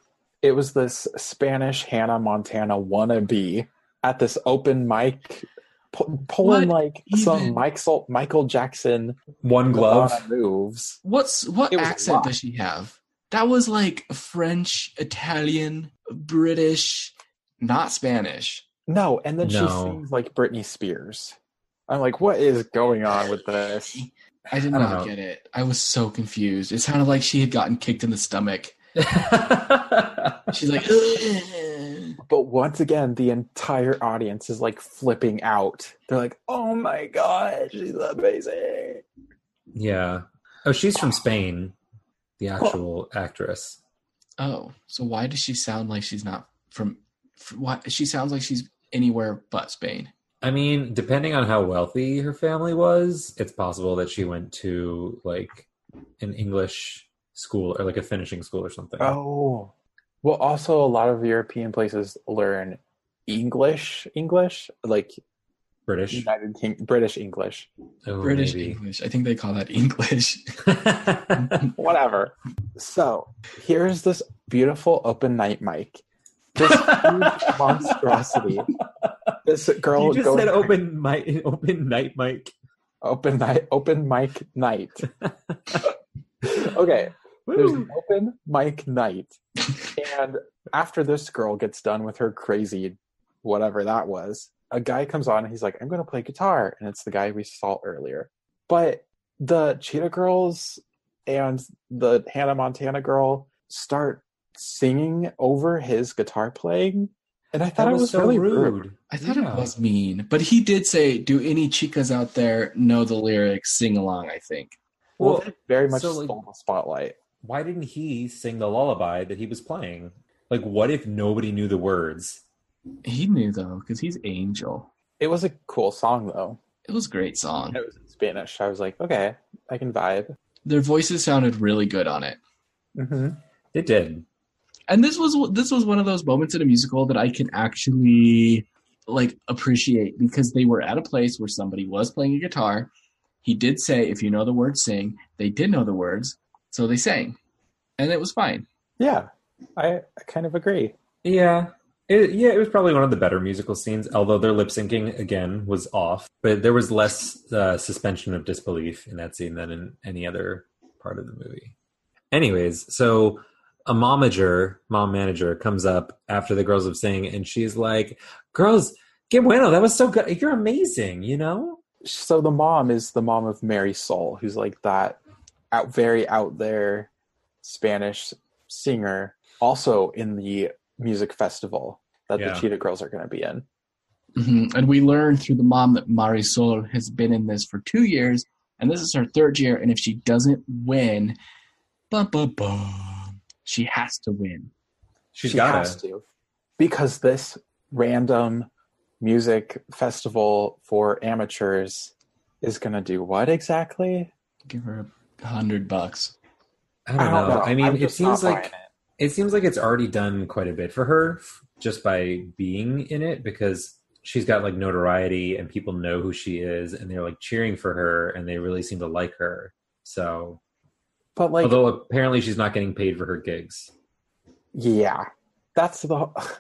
A: It was this Spanish Hannah Montana wannabe at this open mic, pu- pulling
B: What
A: like some
B: even?
A: Michael Michael Jackson
C: One glove.
A: Madonna moves.
B: What's what
A: It was a
B: accent
A: lot.
B: does she have? That was like French, Italian, British, not Spanish.
A: No, and then she
C: No.
A: sings like Britney Spears. I'm like, what is going on with this?
B: I did
C: I don't
B: not
C: know.
B: get it. I was so confused. It sounded like she had gotten kicked in the stomach. She's like, "Ugh."
A: But once again, the entire audience is like flipping out. They're like, oh my god, she's amazing.
C: yeah. Oh, she's from Spain, the actual actress.
B: oh, so why does she sound like she's not from? from why she sounds like she's anywhere but Spain?
C: I mean, depending on how wealthy her family was, it's possible that she went to like an English school or like a finishing school or something.
A: Oh. Well, also, a lot of European places learn English, English, like
C: British.
A: United King- British English,
C: Oh,
B: British
C: maybe.
B: English. I think they call that English.
C: Oh,
A: whatever. So here's this beautiful open night mic. This huge monstrosity. This girl
C: you just
A: going
C: said open mic, open night mic.
A: open night open mic night okay there's an
C: Woo.
A: open mic night and after this girl gets done with her crazy whatever that was a guy comes on and he's like i'm going to play guitar and it's the guy we saw earlier but the cheetah girls and the hannah montana girl start singing over his guitar playing and i thought
C: That
A: it
C: was,
A: was
C: so
A: really
C: rude.
A: rude
B: I thought
C: Yeah.
B: it was mean, but he did say, "Do any chicas out there know the lyrics? Sing along." I think.
A: well,
C: Well,
A: they very much
C: so, like-
A: stole the spotlight
C: why didn't he sing the lullaby that he was playing? Like, what if nobody knew the words?
B: He knew though, because he's angel.
A: it was a cool song though
B: It was a great song.
A: it was in Spanish. I was like, okay, I can vibe.
B: Their voices sounded really good on it.
A: Mm-hmm.
C: It did.
B: And this was this was one of those moments in a musical that I can actually like appreciate because they were at a place where somebody was playing a guitar. He did say, "If you know the words, sing." They did know the words, so they sang, and it was fine.
A: Yeah, I, I kind of agree.
C: Yeah. It, yeah, it was probably one of the better musical scenes, although their lip syncing again was off. But there was less uh, suspension of disbelief in that scene than in any other part of the movie. Anyways, so a momager, mom manager, comes up after the girls have sang, and she's like, "Girls, que bueno, that was so good. You're amazing. You know,
A: So the mom is the mom of Mary Soul, who's like that out very out there Spanish singer, also in the music festival that
C: Yeah.
A: the Cheetah Girls are going to be in.
B: Mhm. And we learn through the mom that Marisol has been in this for two years, and this is her third year. And if she doesn't win, bum, bum, bum, she has to win.
C: she's
A: she
C: got
A: has
C: it.
A: to because this random music festival for amateurs is going to do what exactly?
B: Give her a hundred bucks.
C: I don't, know. I mean,
A: I'm
C: it
A: just not
C: seems like
A: buying it.
C: it seems like it's already done quite a bit for her f- just by being in it because she's got like notoriety and people know who she is and they're like cheering for her and they really seem to like her. So,
A: but like
C: although apparently she's not getting paid for her gigs.
A: yeah that's the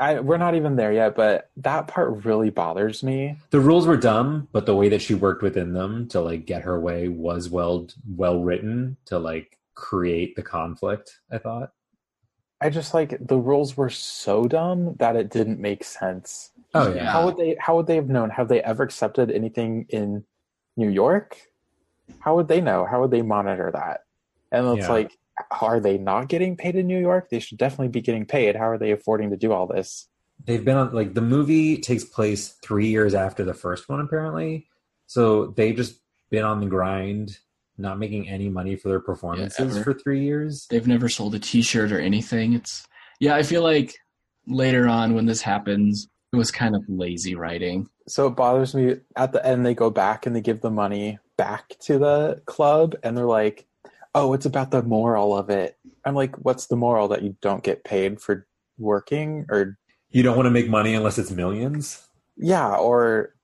A: I, we're not even there yet but that part really bothers me
C: The rules were dumb, but the way that she worked within them to like get her way was well well written to like create the conflict, I thought.
A: i just like the rules were so dumb that it didn't make sense
C: Oh
B: Yeah.
C: yeah.
A: how would they how would they have known have they ever accepted anything in new york how would they know how would they monitor that and it's
C: Yeah.
A: like are they not getting paid in new york they should definitely be getting paid how are they affording to do all this
C: they've been on like the movie takes place three years after the first one apparently so they've just been on the grind not making any money for their performances
B: ever.
C: for three years
B: They've never sold a T-shirt or anything. It's yeah. I feel like later on when this happens, it was kind of lazy writing.
A: so it bothers me at the end they go back and they give the money back to the club and they're like oh it's about the moral of it i'm like what's the moral that you don't get paid for working or
C: you don't want to make money unless it's millions
A: yeah or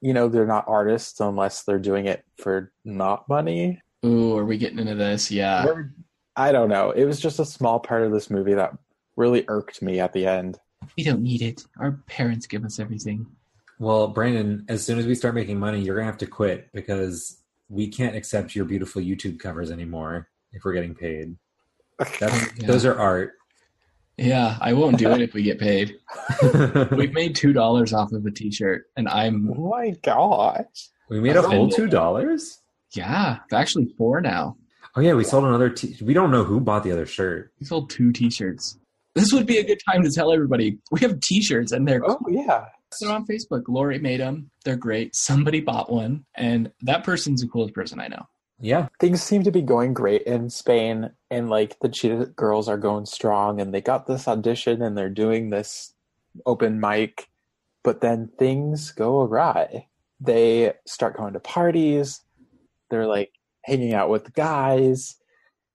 A: you know they're not artists unless they're doing it for not money
B: Ooh, are we getting into this? Yeah.
A: Or- i don't know it was just a small part of this movie that really irked me at the end
B: We don't need it. Our parents give us everything.
C: well brandon as soon as we start making money you're gonna have to quit because we can't accept your beautiful youtube covers anymore if we're getting paid That's,
B: Yeah.
C: those are art
B: Yeah, I won't do it if we get paid. We've
C: we
B: made two dollars off of a T-shirt, and I'm
A: oh my gosh
C: made a whole two dollars
B: yeah, actually four now.
C: oh yeah we sold another t- we don't know who bought the other shirt
B: We sold two T-shirts. This would be a good time to tell everybody we have T-shirts, and they're
A: oh yeah
B: they're on Facebook. Lori made them. They're great. Somebody bought one, and that person's the coolest person I know.
C: Yeah.
A: things seem to be going great in Spain, and like the Cheetah girls are going strong, and they got this audition and they're doing this open mic, but then things go awry. They start going to parties, they're like hanging out with guys,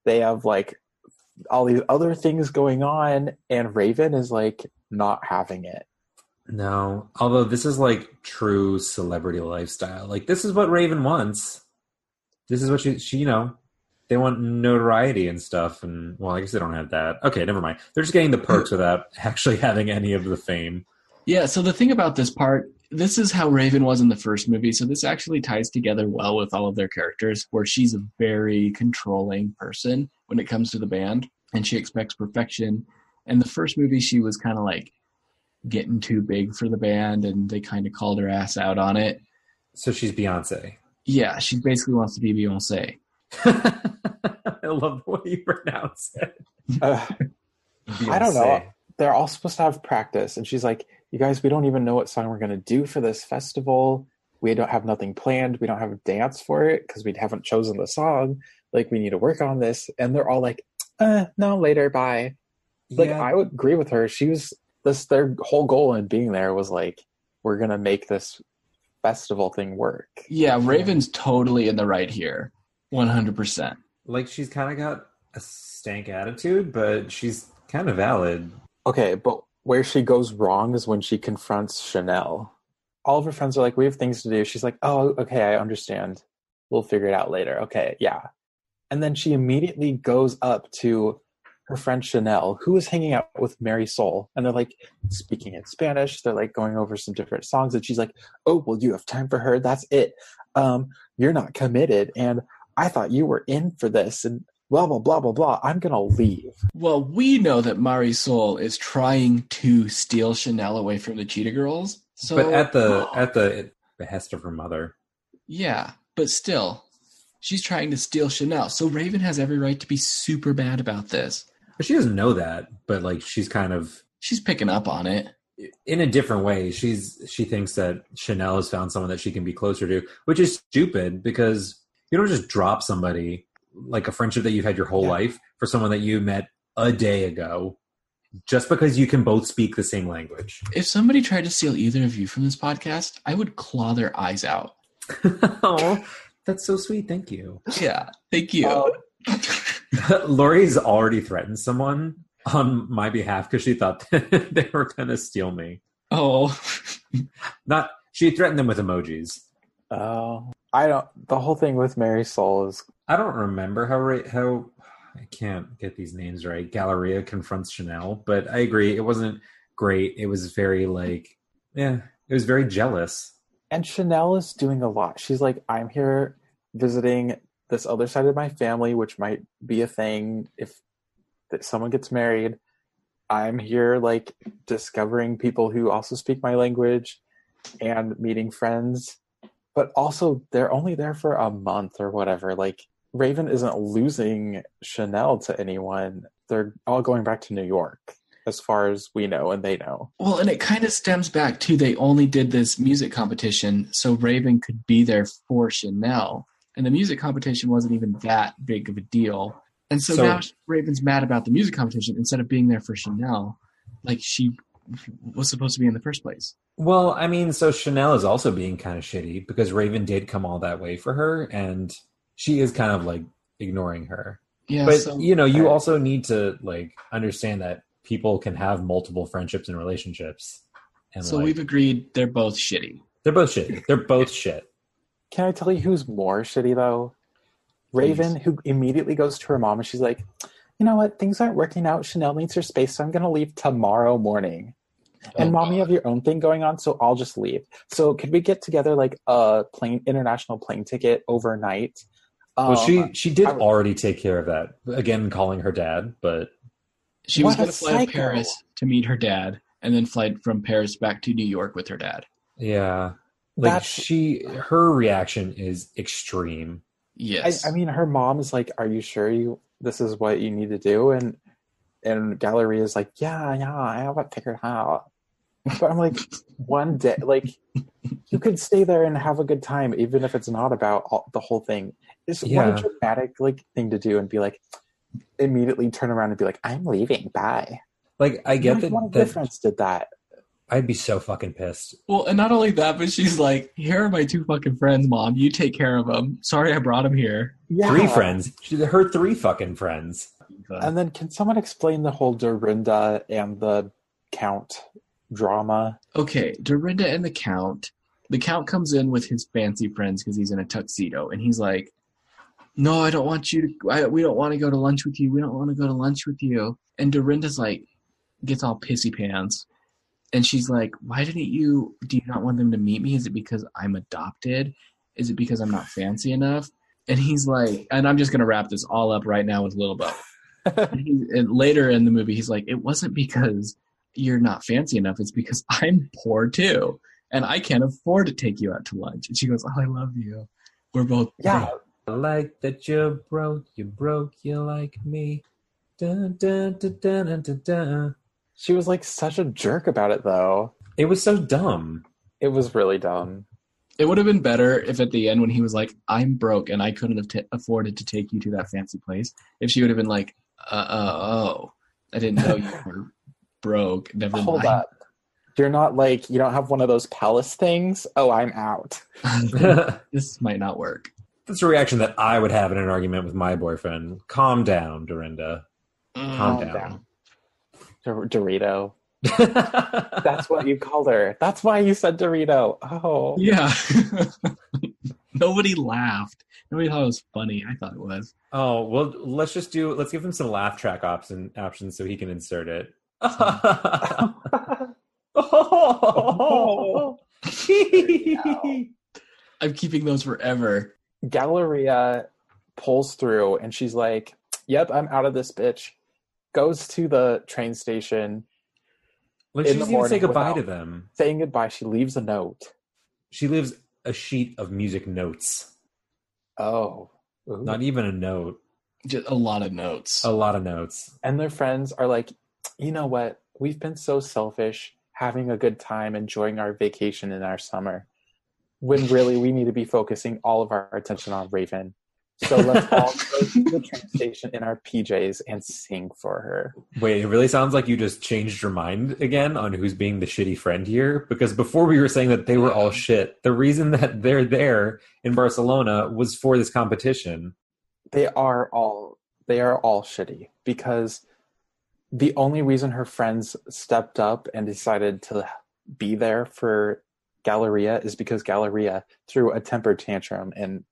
A: they have like all these other things going on, and Raven is like not having it.
C: No. Although this is like true celebrity lifestyle. Like this is what Raven wants. This is what she she you know, they want notoriety and stuff and well, I guess they don't have that. Okay, never mind. They're just getting the perks without actually having any of the fame.
B: Yeah. So the thing about this part, this is how Raven was in the first movie. So this actually ties together well with all of their characters, where she's a very controlling person when it comes to the band, and she expects perfection. And the first movie, she was kind of like getting too big for the band, and they kind of called her ass out on it.
C: So she's Beyonce.
B: Yeah, she basically wants to be Beyonce.
C: I love the way you pronounce it.
A: Ugh. I don't know.
C: Beyonce.
A: they're all supposed to have practice and she's like you guys we don't even know what song we're going to do for this festival we don't have nothing planned we don't have a dance for it because we haven't chosen the song like we need to work on this and they're all like uh no later bye like
C: yeah,
A: i would agree with her she was this their whole goal in being there was like we're going to make this festival thing work
B: Yeah, Raven's totally in the right here, one hundred percent.
C: like she's kind of got a stank attitude, but she's kind of valid.
A: Okay, but where she goes wrong is when she confronts Chanel. All of her friends are like, "We have things to do." She's like, "Oh, okay, I understand. We'll figure it out later." Okay, yeah. And then she immediately goes up to her friend Chanel, who was hanging out with Mary Soul, and they're like speaking in Spanish. They're like going over some different songs, and she's like, "Oh, well, you have time for her. That's it. Um, you're not committed." And I thought you were in for this, and blah blah blah blah blah. I'm gonna leave.
B: Well, we know that Marisol is trying to steal Chanel away from the Cheetah Girls. So,
C: but at the at the behest of her mother.
B: yeah, but still, she's trying to steal Chanel. So Raven has every right to be super bad about this.
C: But she doesn't know that, but like she's kind of
B: She's picking up on it.
C: in a different way. She's she thinks that Chanel has found someone that she can be closer to, which is stupid because you don't just drop somebody like a friendship that you've had your whole
A: Yeah.
C: life for someone that you met a day ago just because you can both speak the same language.
B: If somebody tried to steal either of you from this podcast, I would claw their eyes out.
C: oh, that's so sweet. Thank you.
B: Yeah, thank you.
A: Um,
C: Oh. Lori's already threatened someone on my behalf because she thought they were going to steal me.
B: oh,
C: Not she threatened them with emojis.
A: Oh, I don't. The whole thing with Mary Soul is
C: I don't remember how ra- how I can't get these names right. Galleria confronts Chanel, but I agree it wasn't great. It was very like yeah, it was very jealous.
A: and Chanel is doing a lot. She's like, I'm here visiting this other side of my family, which might be a thing if that someone gets married. I'm here like discovering people who also speak my language and meeting friends. But also they're only there for a month or whatever. Like Raven isn't losing Chanel to anyone. They're all going back to New York, as far as we know and they know.
B: well, and it kind of stems back to they only did this music competition so Raven could be there for Chanel, and the music competition wasn't even that big of a deal. And so,
C: So-
B: now Raven's mad about the music competition instead of being there for Chanel, like she was supposed to be in the first place.
C: Well, I mean, so Chanel is also being kind of shitty because Raven did come all that way for her and she is kind of like ignoring her.
B: Yeah,
C: but
B: so,
C: you know, you
A: Right.
C: also need to like understand that people can have multiple friendships and relationships. And
B: so
C: like,
B: we've agreed they're both shitty.
C: they're both shit. They're both shit.
A: Can I tell you who's more shitty though? Raven, who immediately goes to her mom and she's like, "You know what? Things aren't working out. Chanel needs her space, so I'm going to leave tomorrow morning. and
B: Oh,
A: mom, you
B: God.
A: have your own thing going on, so I'll just leave. So could we get together like a plane international plane ticket overnight?"
C: Well,
A: Um,
C: she she did
A: I would-
C: already take care of that. Again, calling her dad, but
B: She was
A: What a
B: going to fly
A: psycho.
B: to Paris to meet her dad, and then fly from Paris back to New York with her dad.
C: yeah, like
A: That's-
C: she her reaction is extreme.
A: I,
B: Yes,
A: I mean, her mom is like, "Are you sure you this is what you need to do?" And and Gallery is like, "Yeah, yeah, I have it figured out." But I'm like, one day, like, you could stay there and have a good time, even if it's not about all, the whole thing. It's
C: Yeah.
A: what a dramatic like thing to do, and be like, immediately turn around and be like, "I'm leaving, bye."
C: Like I get
A: Like,
C: that,
A: What
C: that
A: difference did that?
C: I'd be so fucking pissed.
B: Well, and not only that, but she's like, "Here are my two fucking friends, mom. You take care of them. Sorry, I brought them here."
A: Yeah.
C: Three friends, she, her three fucking friends.
A: And then, can someone explain the whole Dorinda and the Count drama?
B: okay, Dorinda and the Count. The Count comes in with his fancy friends because he's in a tuxedo, and he's like, "No, I don't want you to. I, we don't want to go to lunch with you. We don't want to go to lunch with you." And Dorinda's like, gets all pissy pants, and she's like, "Why didn't you? Do you not want them to meet me? Is it because I'm adopted? Is it because I'm not fancy enough?" And he's like, and I'm just gonna wrap this all up right now with Little Bo. and, he, and later in the movie, he's like, "It wasn't because." you're not fancy enough. It's because I'm poor too, and I can't afford to take you out to lunch. And she goes, "Oh, I love you. We're both
A: Yeah,
C: I like that you broke, you broke, you like me. Dun, dun, dun, dun, dun, dun, dun.
A: She was like such a jerk about it though.
C: It was so dumb.
A: It was really dumb.
B: It would have been better if at the end, when he was like, "I'm broke and I couldn't have t- afforded to take you to that fancy place," if she would have been like, "Uh, uh oh, I didn't know you were broke. Never
A: Hold
B: mind."
A: up. You're not like you don't have one of those palace things. Oh, I'm out.
C: That's
B: this might not work.
C: a reaction that I would have in an argument with my boyfriend. Calm down, Dorinda. Calm
A: Calm
C: down.
A: Dor- Dorito. That's what you called her. That's why you said Dorito. Oh.
B: Yeah. Nobody laughed. Nobody thought it was funny. I thought it was.
C: Oh well, let's just do. Let's give him some laugh track option options so he can insert it. oh,
B: I'm keeping those forever.
A: Galleria pulls through and she's like, Yep, I'm out of this bitch. Goes to the train station,
C: Like,
A: In
C: she
A: the
C: doesn't even say
A: morning
C: goodbye
A: without-
C: to them.
A: saying goodbye. She leaves a note.
C: She leaves a sheet of music notes.
A: Oh. Ooh.
C: Not even a note.
B: Just a lot of notes.
C: A lot of notes.
A: and their friends are like, You know what? We've been so selfish, having a good time, enjoying our vacation and our summer, when really we need to be focusing all of our attention on Raven. So let's all go to the train station in our PJs and sing for her.
C: Wait, it really sounds like you just changed your mind again on who's being the shitty friend here. Because before we were saying that they were all shit. The reason that they're there in Barcelona was for this competition.
A: they are all they are all shitty because the only reason her friends stepped up and decided to be there for Galleria is because Galleria threw a temper tantrum and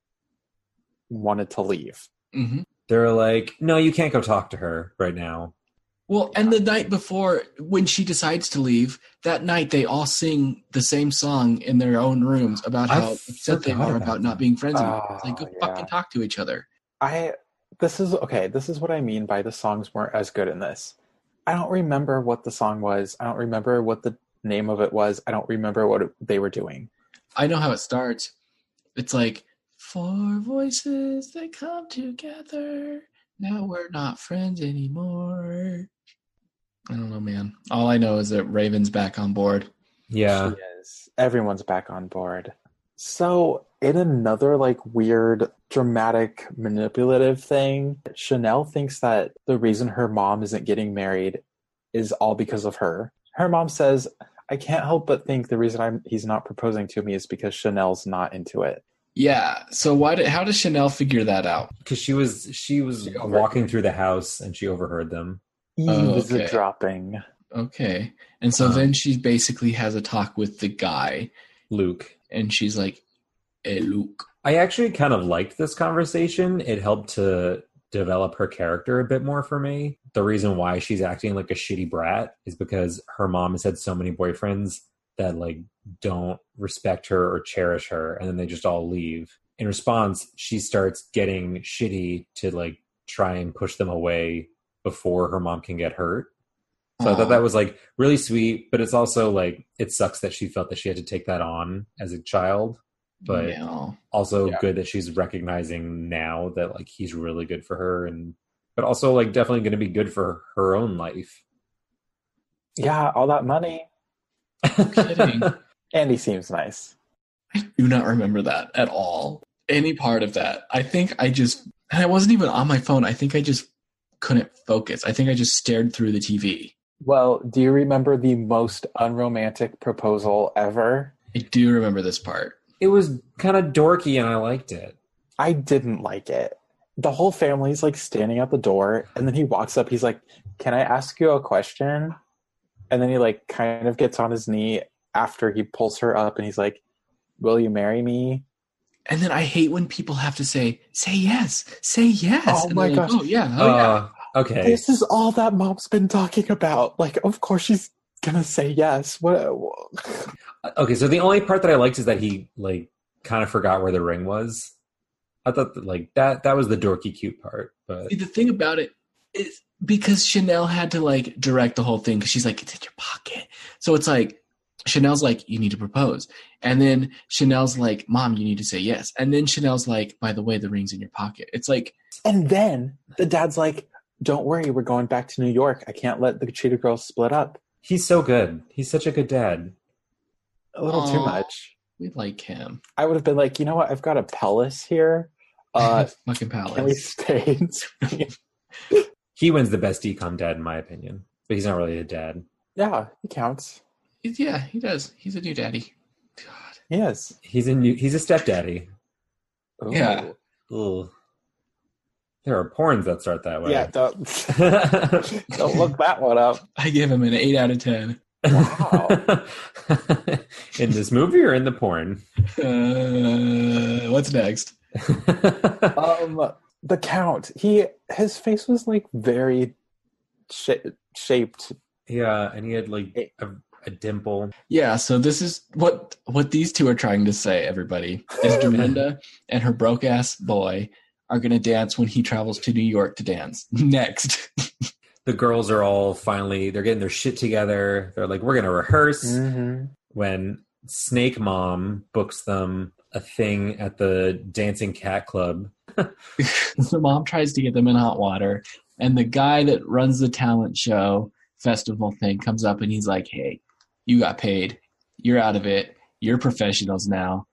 A: wanted to leave.
B: hmm
C: They're like, no, you can't go talk to her right now.
B: Well, and the night before, when she decides to leave, that night they all sing the same song in their own rooms about
C: I
B: how upset they
C: forgot
B: are
C: about
B: about
C: that.
B: not being friends anymore. It's like, go
A: Oh, yeah.
B: fucking talk to each other.
A: I this is okay, this is what I mean by the songs weren't as good in this. I don't remember what the song was. I don't remember what the name of it was. I don't remember what it- they were doing.
B: I know how it starts. It's like four voices that come together. Now we're not friends anymore. I don't know, man. All I know is that Raven's back on board.
C: Yeah.
A: She is. Everyone's back on board. So, in another like weird, dramatic, manipulative thing, Chanel thinks that the reason her mom isn't getting married is all because of her. Her mom says, "I can't help but think the reason I'm he's not proposing to me is because Chanel's not into it."
B: Yeah. So why did how does Chanel figure that out?
C: because she was she was
B: She overheard
C: walking through the house and she overheard them.
B: Oh,
A: Eavesdropping.
B: okay. Okay. And so
C: Um,
B: then she basically has a talk with the guy
C: Luke,
B: and she's like, Hey Luke.
C: I actually kind of liked this conversation. It helped to develop her character a bit more for me. The reason why she's acting like a shitty brat is because her mom has had so many boyfriends that like don't respect her or cherish her, and then they just all leave. In response, she starts getting shitty to like try and push them away before her mom can get hurt. So I
B: Aw.
C: thought that was like really sweet, but it's also like it sucks that she felt that she had to take that on as a child. But
B: Yeah.
C: also
A: Yeah.
C: good that she's recognizing now that like he's really good for her and but also like definitely going to be good for her own life.
A: Yeah, all that money.
B: kidding.
A: And he seems nice.
B: I do not remember that at all. Any part of that. I think I just, and I wasn't even on my phone. I think I just couldn't focus. I think I just stared through the TV.
A: Well, do you remember the most unromantic proposal ever?
B: I do remember this part.
C: it was kind of dorky and I liked it.
A: I didn't like it. The whole family's like standing at the door, and then he walks up. He's like, "Can I ask you a question?" And then he like kind of gets on his knee after he pulls her up, and he's like, "Will you marry me?"
B: And then I hate when people have to say, say yes, say yes.
A: Oh
B: And
A: my
B: they're like,
A: gosh.
B: Oh, yeah. Oh, yeah.
C: Uh, okay.
A: This is all that mom's been talking about. Like, of course she's gonna say yes. What?
C: Okay, so the only part that I liked is that he like kind of forgot where the ring was. I thought that, like that that was the dorky cute part, but
B: See, the thing about it is because Chanel had to like direct the whole thing because she's like, it's in your pocket. So it's like, Chanel's like, you need to propose. And then Chanel's like, mom, you need to say yes. And then Chanel's like, by the way, the ring's in your pocket. It's like,
A: And then the dad's like, "Don't worry, we're going back to New York. I can't let the cheetah girls split up.
C: he's so good. He's such a good dad.
A: A little too
B: Aw.
A: much."
B: we like him.
A: I would have been like, you know what? I've got a pellis here. Uh,
B: Fucking palace.
A: can we stay? in Spain?"
C: He wins the best decom dad in my opinion, but he's not really a dad.
A: yeah, he counts.
B: He's- yeah, he does. He's a new daddy. God.
A: He is.
C: He's a new, he's a stepdaddy.
A: Ooh.
B: Yeah.
C: Ugh. There are porns that start that way.
A: Yeah. Don't,
C: Yeah.
A: don't look that one up.
B: I give him an eight out of ten.
A: Wow.
C: in this movie or in the porn?
B: Uh, what's next?
A: Um, the count. He his face was like very sha- shaped.
C: yeah, and he had like a, a dimple.
B: Yeah, so this is what what these two are trying to say. Everybody is Dorinda and her broke ass boy are gonna dance when he travels to New York to dance. Next,
C: The girls are all finally they're getting their shit together. They're like, we're gonna rehearse
A: Mm-hmm.
C: when Snake Mom books them a thing at the Dancing Cat Club. Oh,
B: the mom tries to get them in hot water, and the guy that runs the talent show festival thing comes up and he's like, "Hey, you got paid. You're out of it. You're professionals now."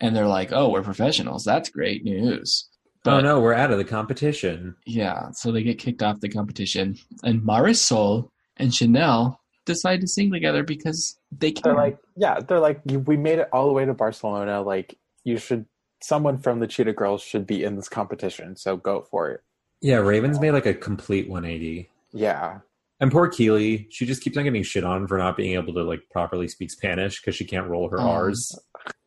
B: And they're like, "Oh, we're professionals. That's great news."
C: oh
B: But-
C: no, we're out of the competition.
B: Yeah, so they get kicked off the competition, and Marisol and Chanel decide to sing together because they can.
A: They're like, yeah, they're like, "You- we made it all the way to Barcelona. Like, you should, someone from the Cheetah Girls should be in this competition. So go for it.
C: Yeah, Raven's made like a complete 180.
A: Yeah.
C: And poor Keely, she just keeps on getting shit on for not being able to like properly speak Spanish because she can't roll her
B: Oh.
C: R's.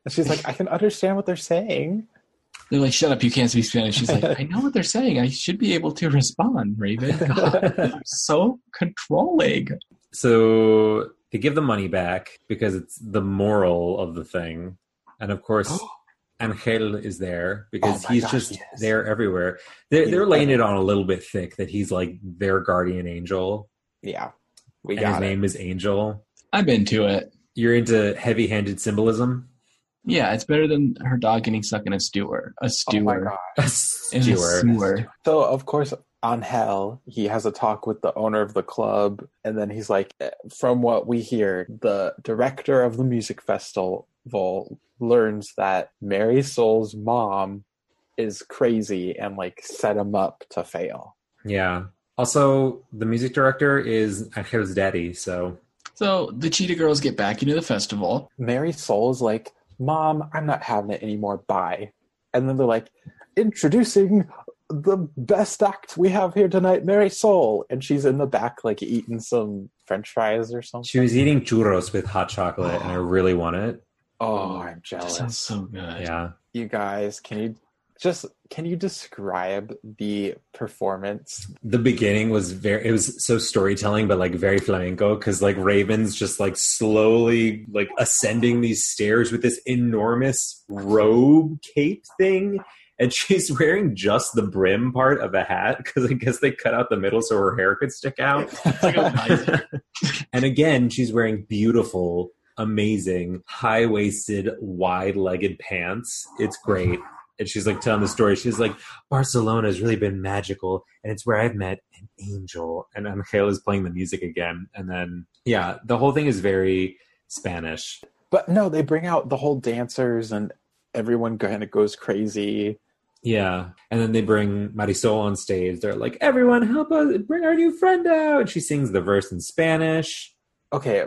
A: And she's like, I can understand what they're saying.
B: they're like, shut up, you can't speak Spanish. She's like, I know what they're saying. I should be able to respond, Raven. God, you're so controlling.
C: So they give the money back because it's the moral of the thing. And of course, Angel is there because
A: Oh my
C: he's
A: gosh,
C: just
A: yes.
C: there everywhere. They're,
A: Yeah.
C: they're laying it on a little bit thick that he's like their guardian angel.
A: Yeah. We
C: and his
A: got it.
C: name is Angel.
B: I'm into it.
C: You're into heavy handed symbolism?
B: Yeah, it's better than her dog getting stuck in a sewer. A
A: Oh my
B: sewer.
A: God.
C: A
B: in a
C: steward.
B: sewer.
A: So of course, on hell, he has a talk with the owner of the club, and then he's like, "Eh, "From what we hear, the director of the music festival learns that Mary Soul's mom is crazy and like set him up to fail."
C: Yeah. Also, the music director is Angel's daddy. So
B: So the Cheetah Girls get back into the festival.
A: Mary Soul is like, "Mom, I'm not having it anymore. Bye." And then they're like, "Introducing." The best act we have here tonight, Mary Soul, and she's in the back, like eating some French fries or something.
C: she was eating churros with hot chocolate, and I really want it.
A: Oh, I'm
B: That
A: jealous.
B: sounds so good.
C: Yeah.
A: You guys, can you just can you describe the performance?
C: the beginning was very it was so storytelling but like very flamenco because like raven's just like slowly like ascending these stairs with this enormous robe cape thing and she's wearing just the brim part of a hat because i guess they cut out the middle so her hair could stick out
B: It's like a visor.
C: and again she's wearing beautiful amazing high-waisted wide-legged pants it's great and she's like telling the story. She's like, Barcelona has really been magical, and it's where I've met an angel. And Angel is playing the music again, and then yeah, the whole thing is very Spanish.
A: But no, they bring out the whole dancers and everyone kind of goes crazy.
C: Yeah, and then they bring Marisol on stage. They're like, everyone, help us bring our new friend out. And she sings the verse in Spanish.
A: Okay,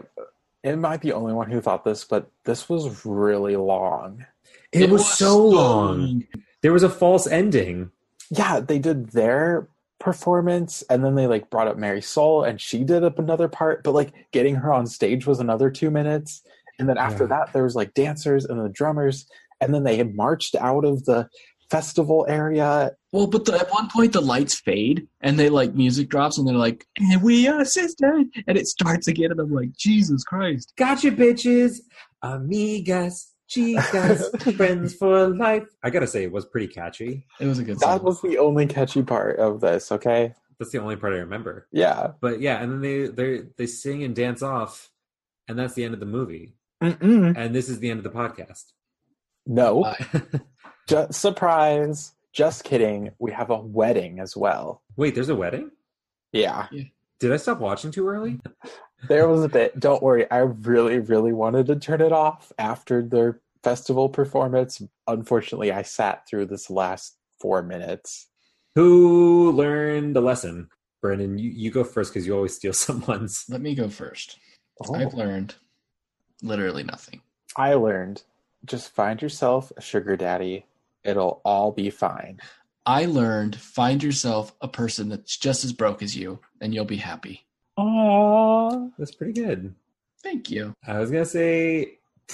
A: it might be the only one who thought this, but this was really long.
C: It, was, so long. There was a false ending.
A: Yeah, they did their performance and then they like brought up Mary Soul and she did up another part, but like getting her on stage was another two minutes. And then after
C: Yeah.
A: that there was like dancers and the drummers, and then they had marched out of the festival area.
B: Well, but the, at one point the lights fade and they like music drops and they're like, and we are sisters, and it starts again, and I'm like, Jesus Christ!
C: Gotcha, bitches, amigas, chicas, friends for life. I gotta say, it was pretty catchy.
B: It was a good song.
A: That was the only catchy part of this, okay?
C: That's the only part I remember.
A: Yeah.
C: But yeah, and then they they they sing and dance off, and that's the end of the movie.
A: Mm-mm.
C: And this is the end of the podcast.
A: No.
B: Uh,
A: Ju- surprise. Just kidding. We have a wedding as well.
C: Wait, there's a wedding?
A: Yeah.
C: Did I stop watching too early?
A: There was a bit. Don't worry. I really, really wanted to turn it off after their festival performance. Unfortunately, I sat through this last four minutes.
C: Who learned a lesson? Brandon, you, you go first because you always steal someone's.
B: let me go first.
A: Oh.
C: Oh.
B: I've learned literally nothing.
A: I learned just find yourself a sugar daddy. It'll all be fine.
B: I learned find yourself a person that's just as broke as you, and you'll be happy.
A: Aww.
C: That's pretty good.
B: Thank you.
C: I was gonna say,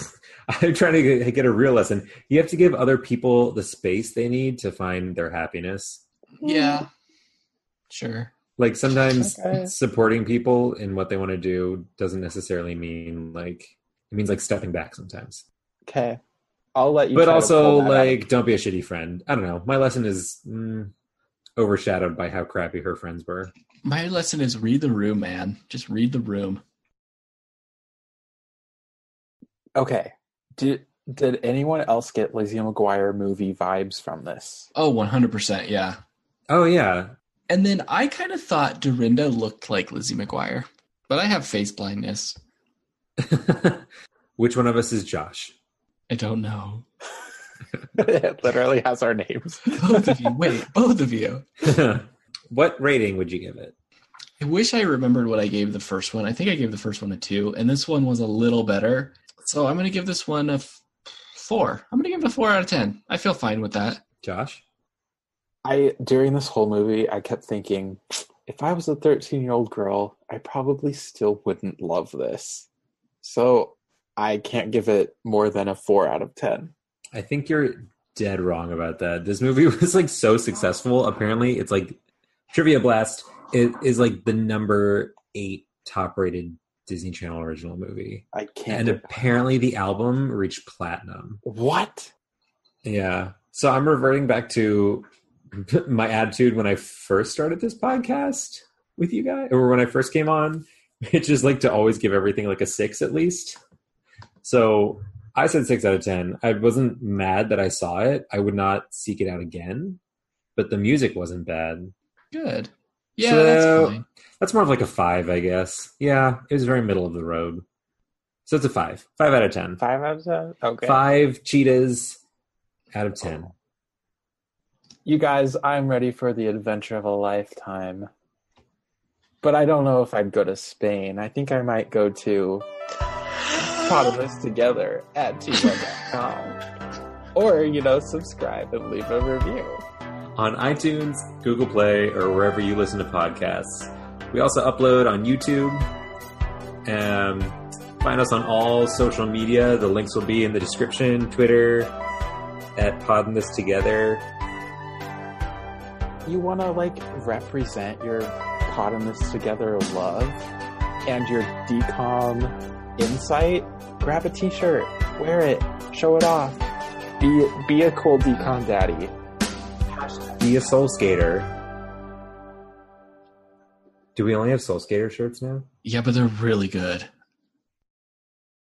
C: I'm trying to get- get a real lesson. You have to give other people the space they need to find their happiness.
A: Mm.
B: Yeah. Sure.
C: Like sometimes
A: Okay.
C: supporting people in what they want to do doesn't necessarily mean like it means like stepping back sometimes.
A: Okay. I'll let you.
C: but
A: try to
C: also
A: pull that out.
C: like don't be a shitty friend. I don't know. My lesson is mm, overshadowed by how crappy her friends were.
B: My lesson is read the room, man. Just read the room.
A: okay. Did did anyone else get Lizzie McGuire movie vibes from this?
B: Oh, 100%. Yeah.
C: Oh yeah,
B: And then I kind of thought Dorinda looked like Lizzie McGuire, but I have face blindness.
C: which one of us is Josh?
B: I don't know.
A: it literally has our names.
B: Both of you. Wait, both of you.
C: what rating would you give it?
B: I wish I remembered what I gave the first one. I think I gave the first one a two, and this one was a little better. So I'm going to give this one a f- four. I'm going to give it a four out of 10. I feel fine with that.
C: Josh?
A: I during this whole movie, I kept thinking, if I was a thirteen-year-old girl, I probably still wouldn't love this. So I can't give it more than a four out of ten.
C: I think you're dead wrong about that. This movie was like so successful. Apparently, it's like Trivia Blast it is like the number eight top rated Disney Channel original movie.
A: I can't.
C: And apparently, the album reached platinum.
A: what?
C: Yeah. So I'm reverting back to my attitude when I first started this podcast with you guys, or when I first came on, which is like to always give everything like a six at least. So I said six out of 10. I wasn't mad that I saw it. I would not seek it out again, but the music wasn't bad.
B: Good. Yeah,
C: So-
B: that's fine.
C: That's more of like a five, I guess. Yeah, it was very middle of the road. So it's a five. Five out of 10.
A: Five out of ten. Okay.
C: Five cheetahs out of 10.
A: You guys, I'm ready for the adventure of a lifetime. But I don't know if I'd go to Spain. I think I might go to Prodigies Together at gmail.com. Or, you know, subscribe and leave a review.
C: on iTunes, Google Play, or wherever you listen to podcasts. We also upload on YouTube. Um, find us on all social media. The links will be in the description. Twitter at Podding This Together.
A: You want to, like, represent your potting this together love and your decom insight? Grab a t shirt, wear it, show it off. Be, be a cool decom daddy.
C: Be a Soul Skater. Do we only have Soul Skater shirts now?
B: Yeah, but they're really good.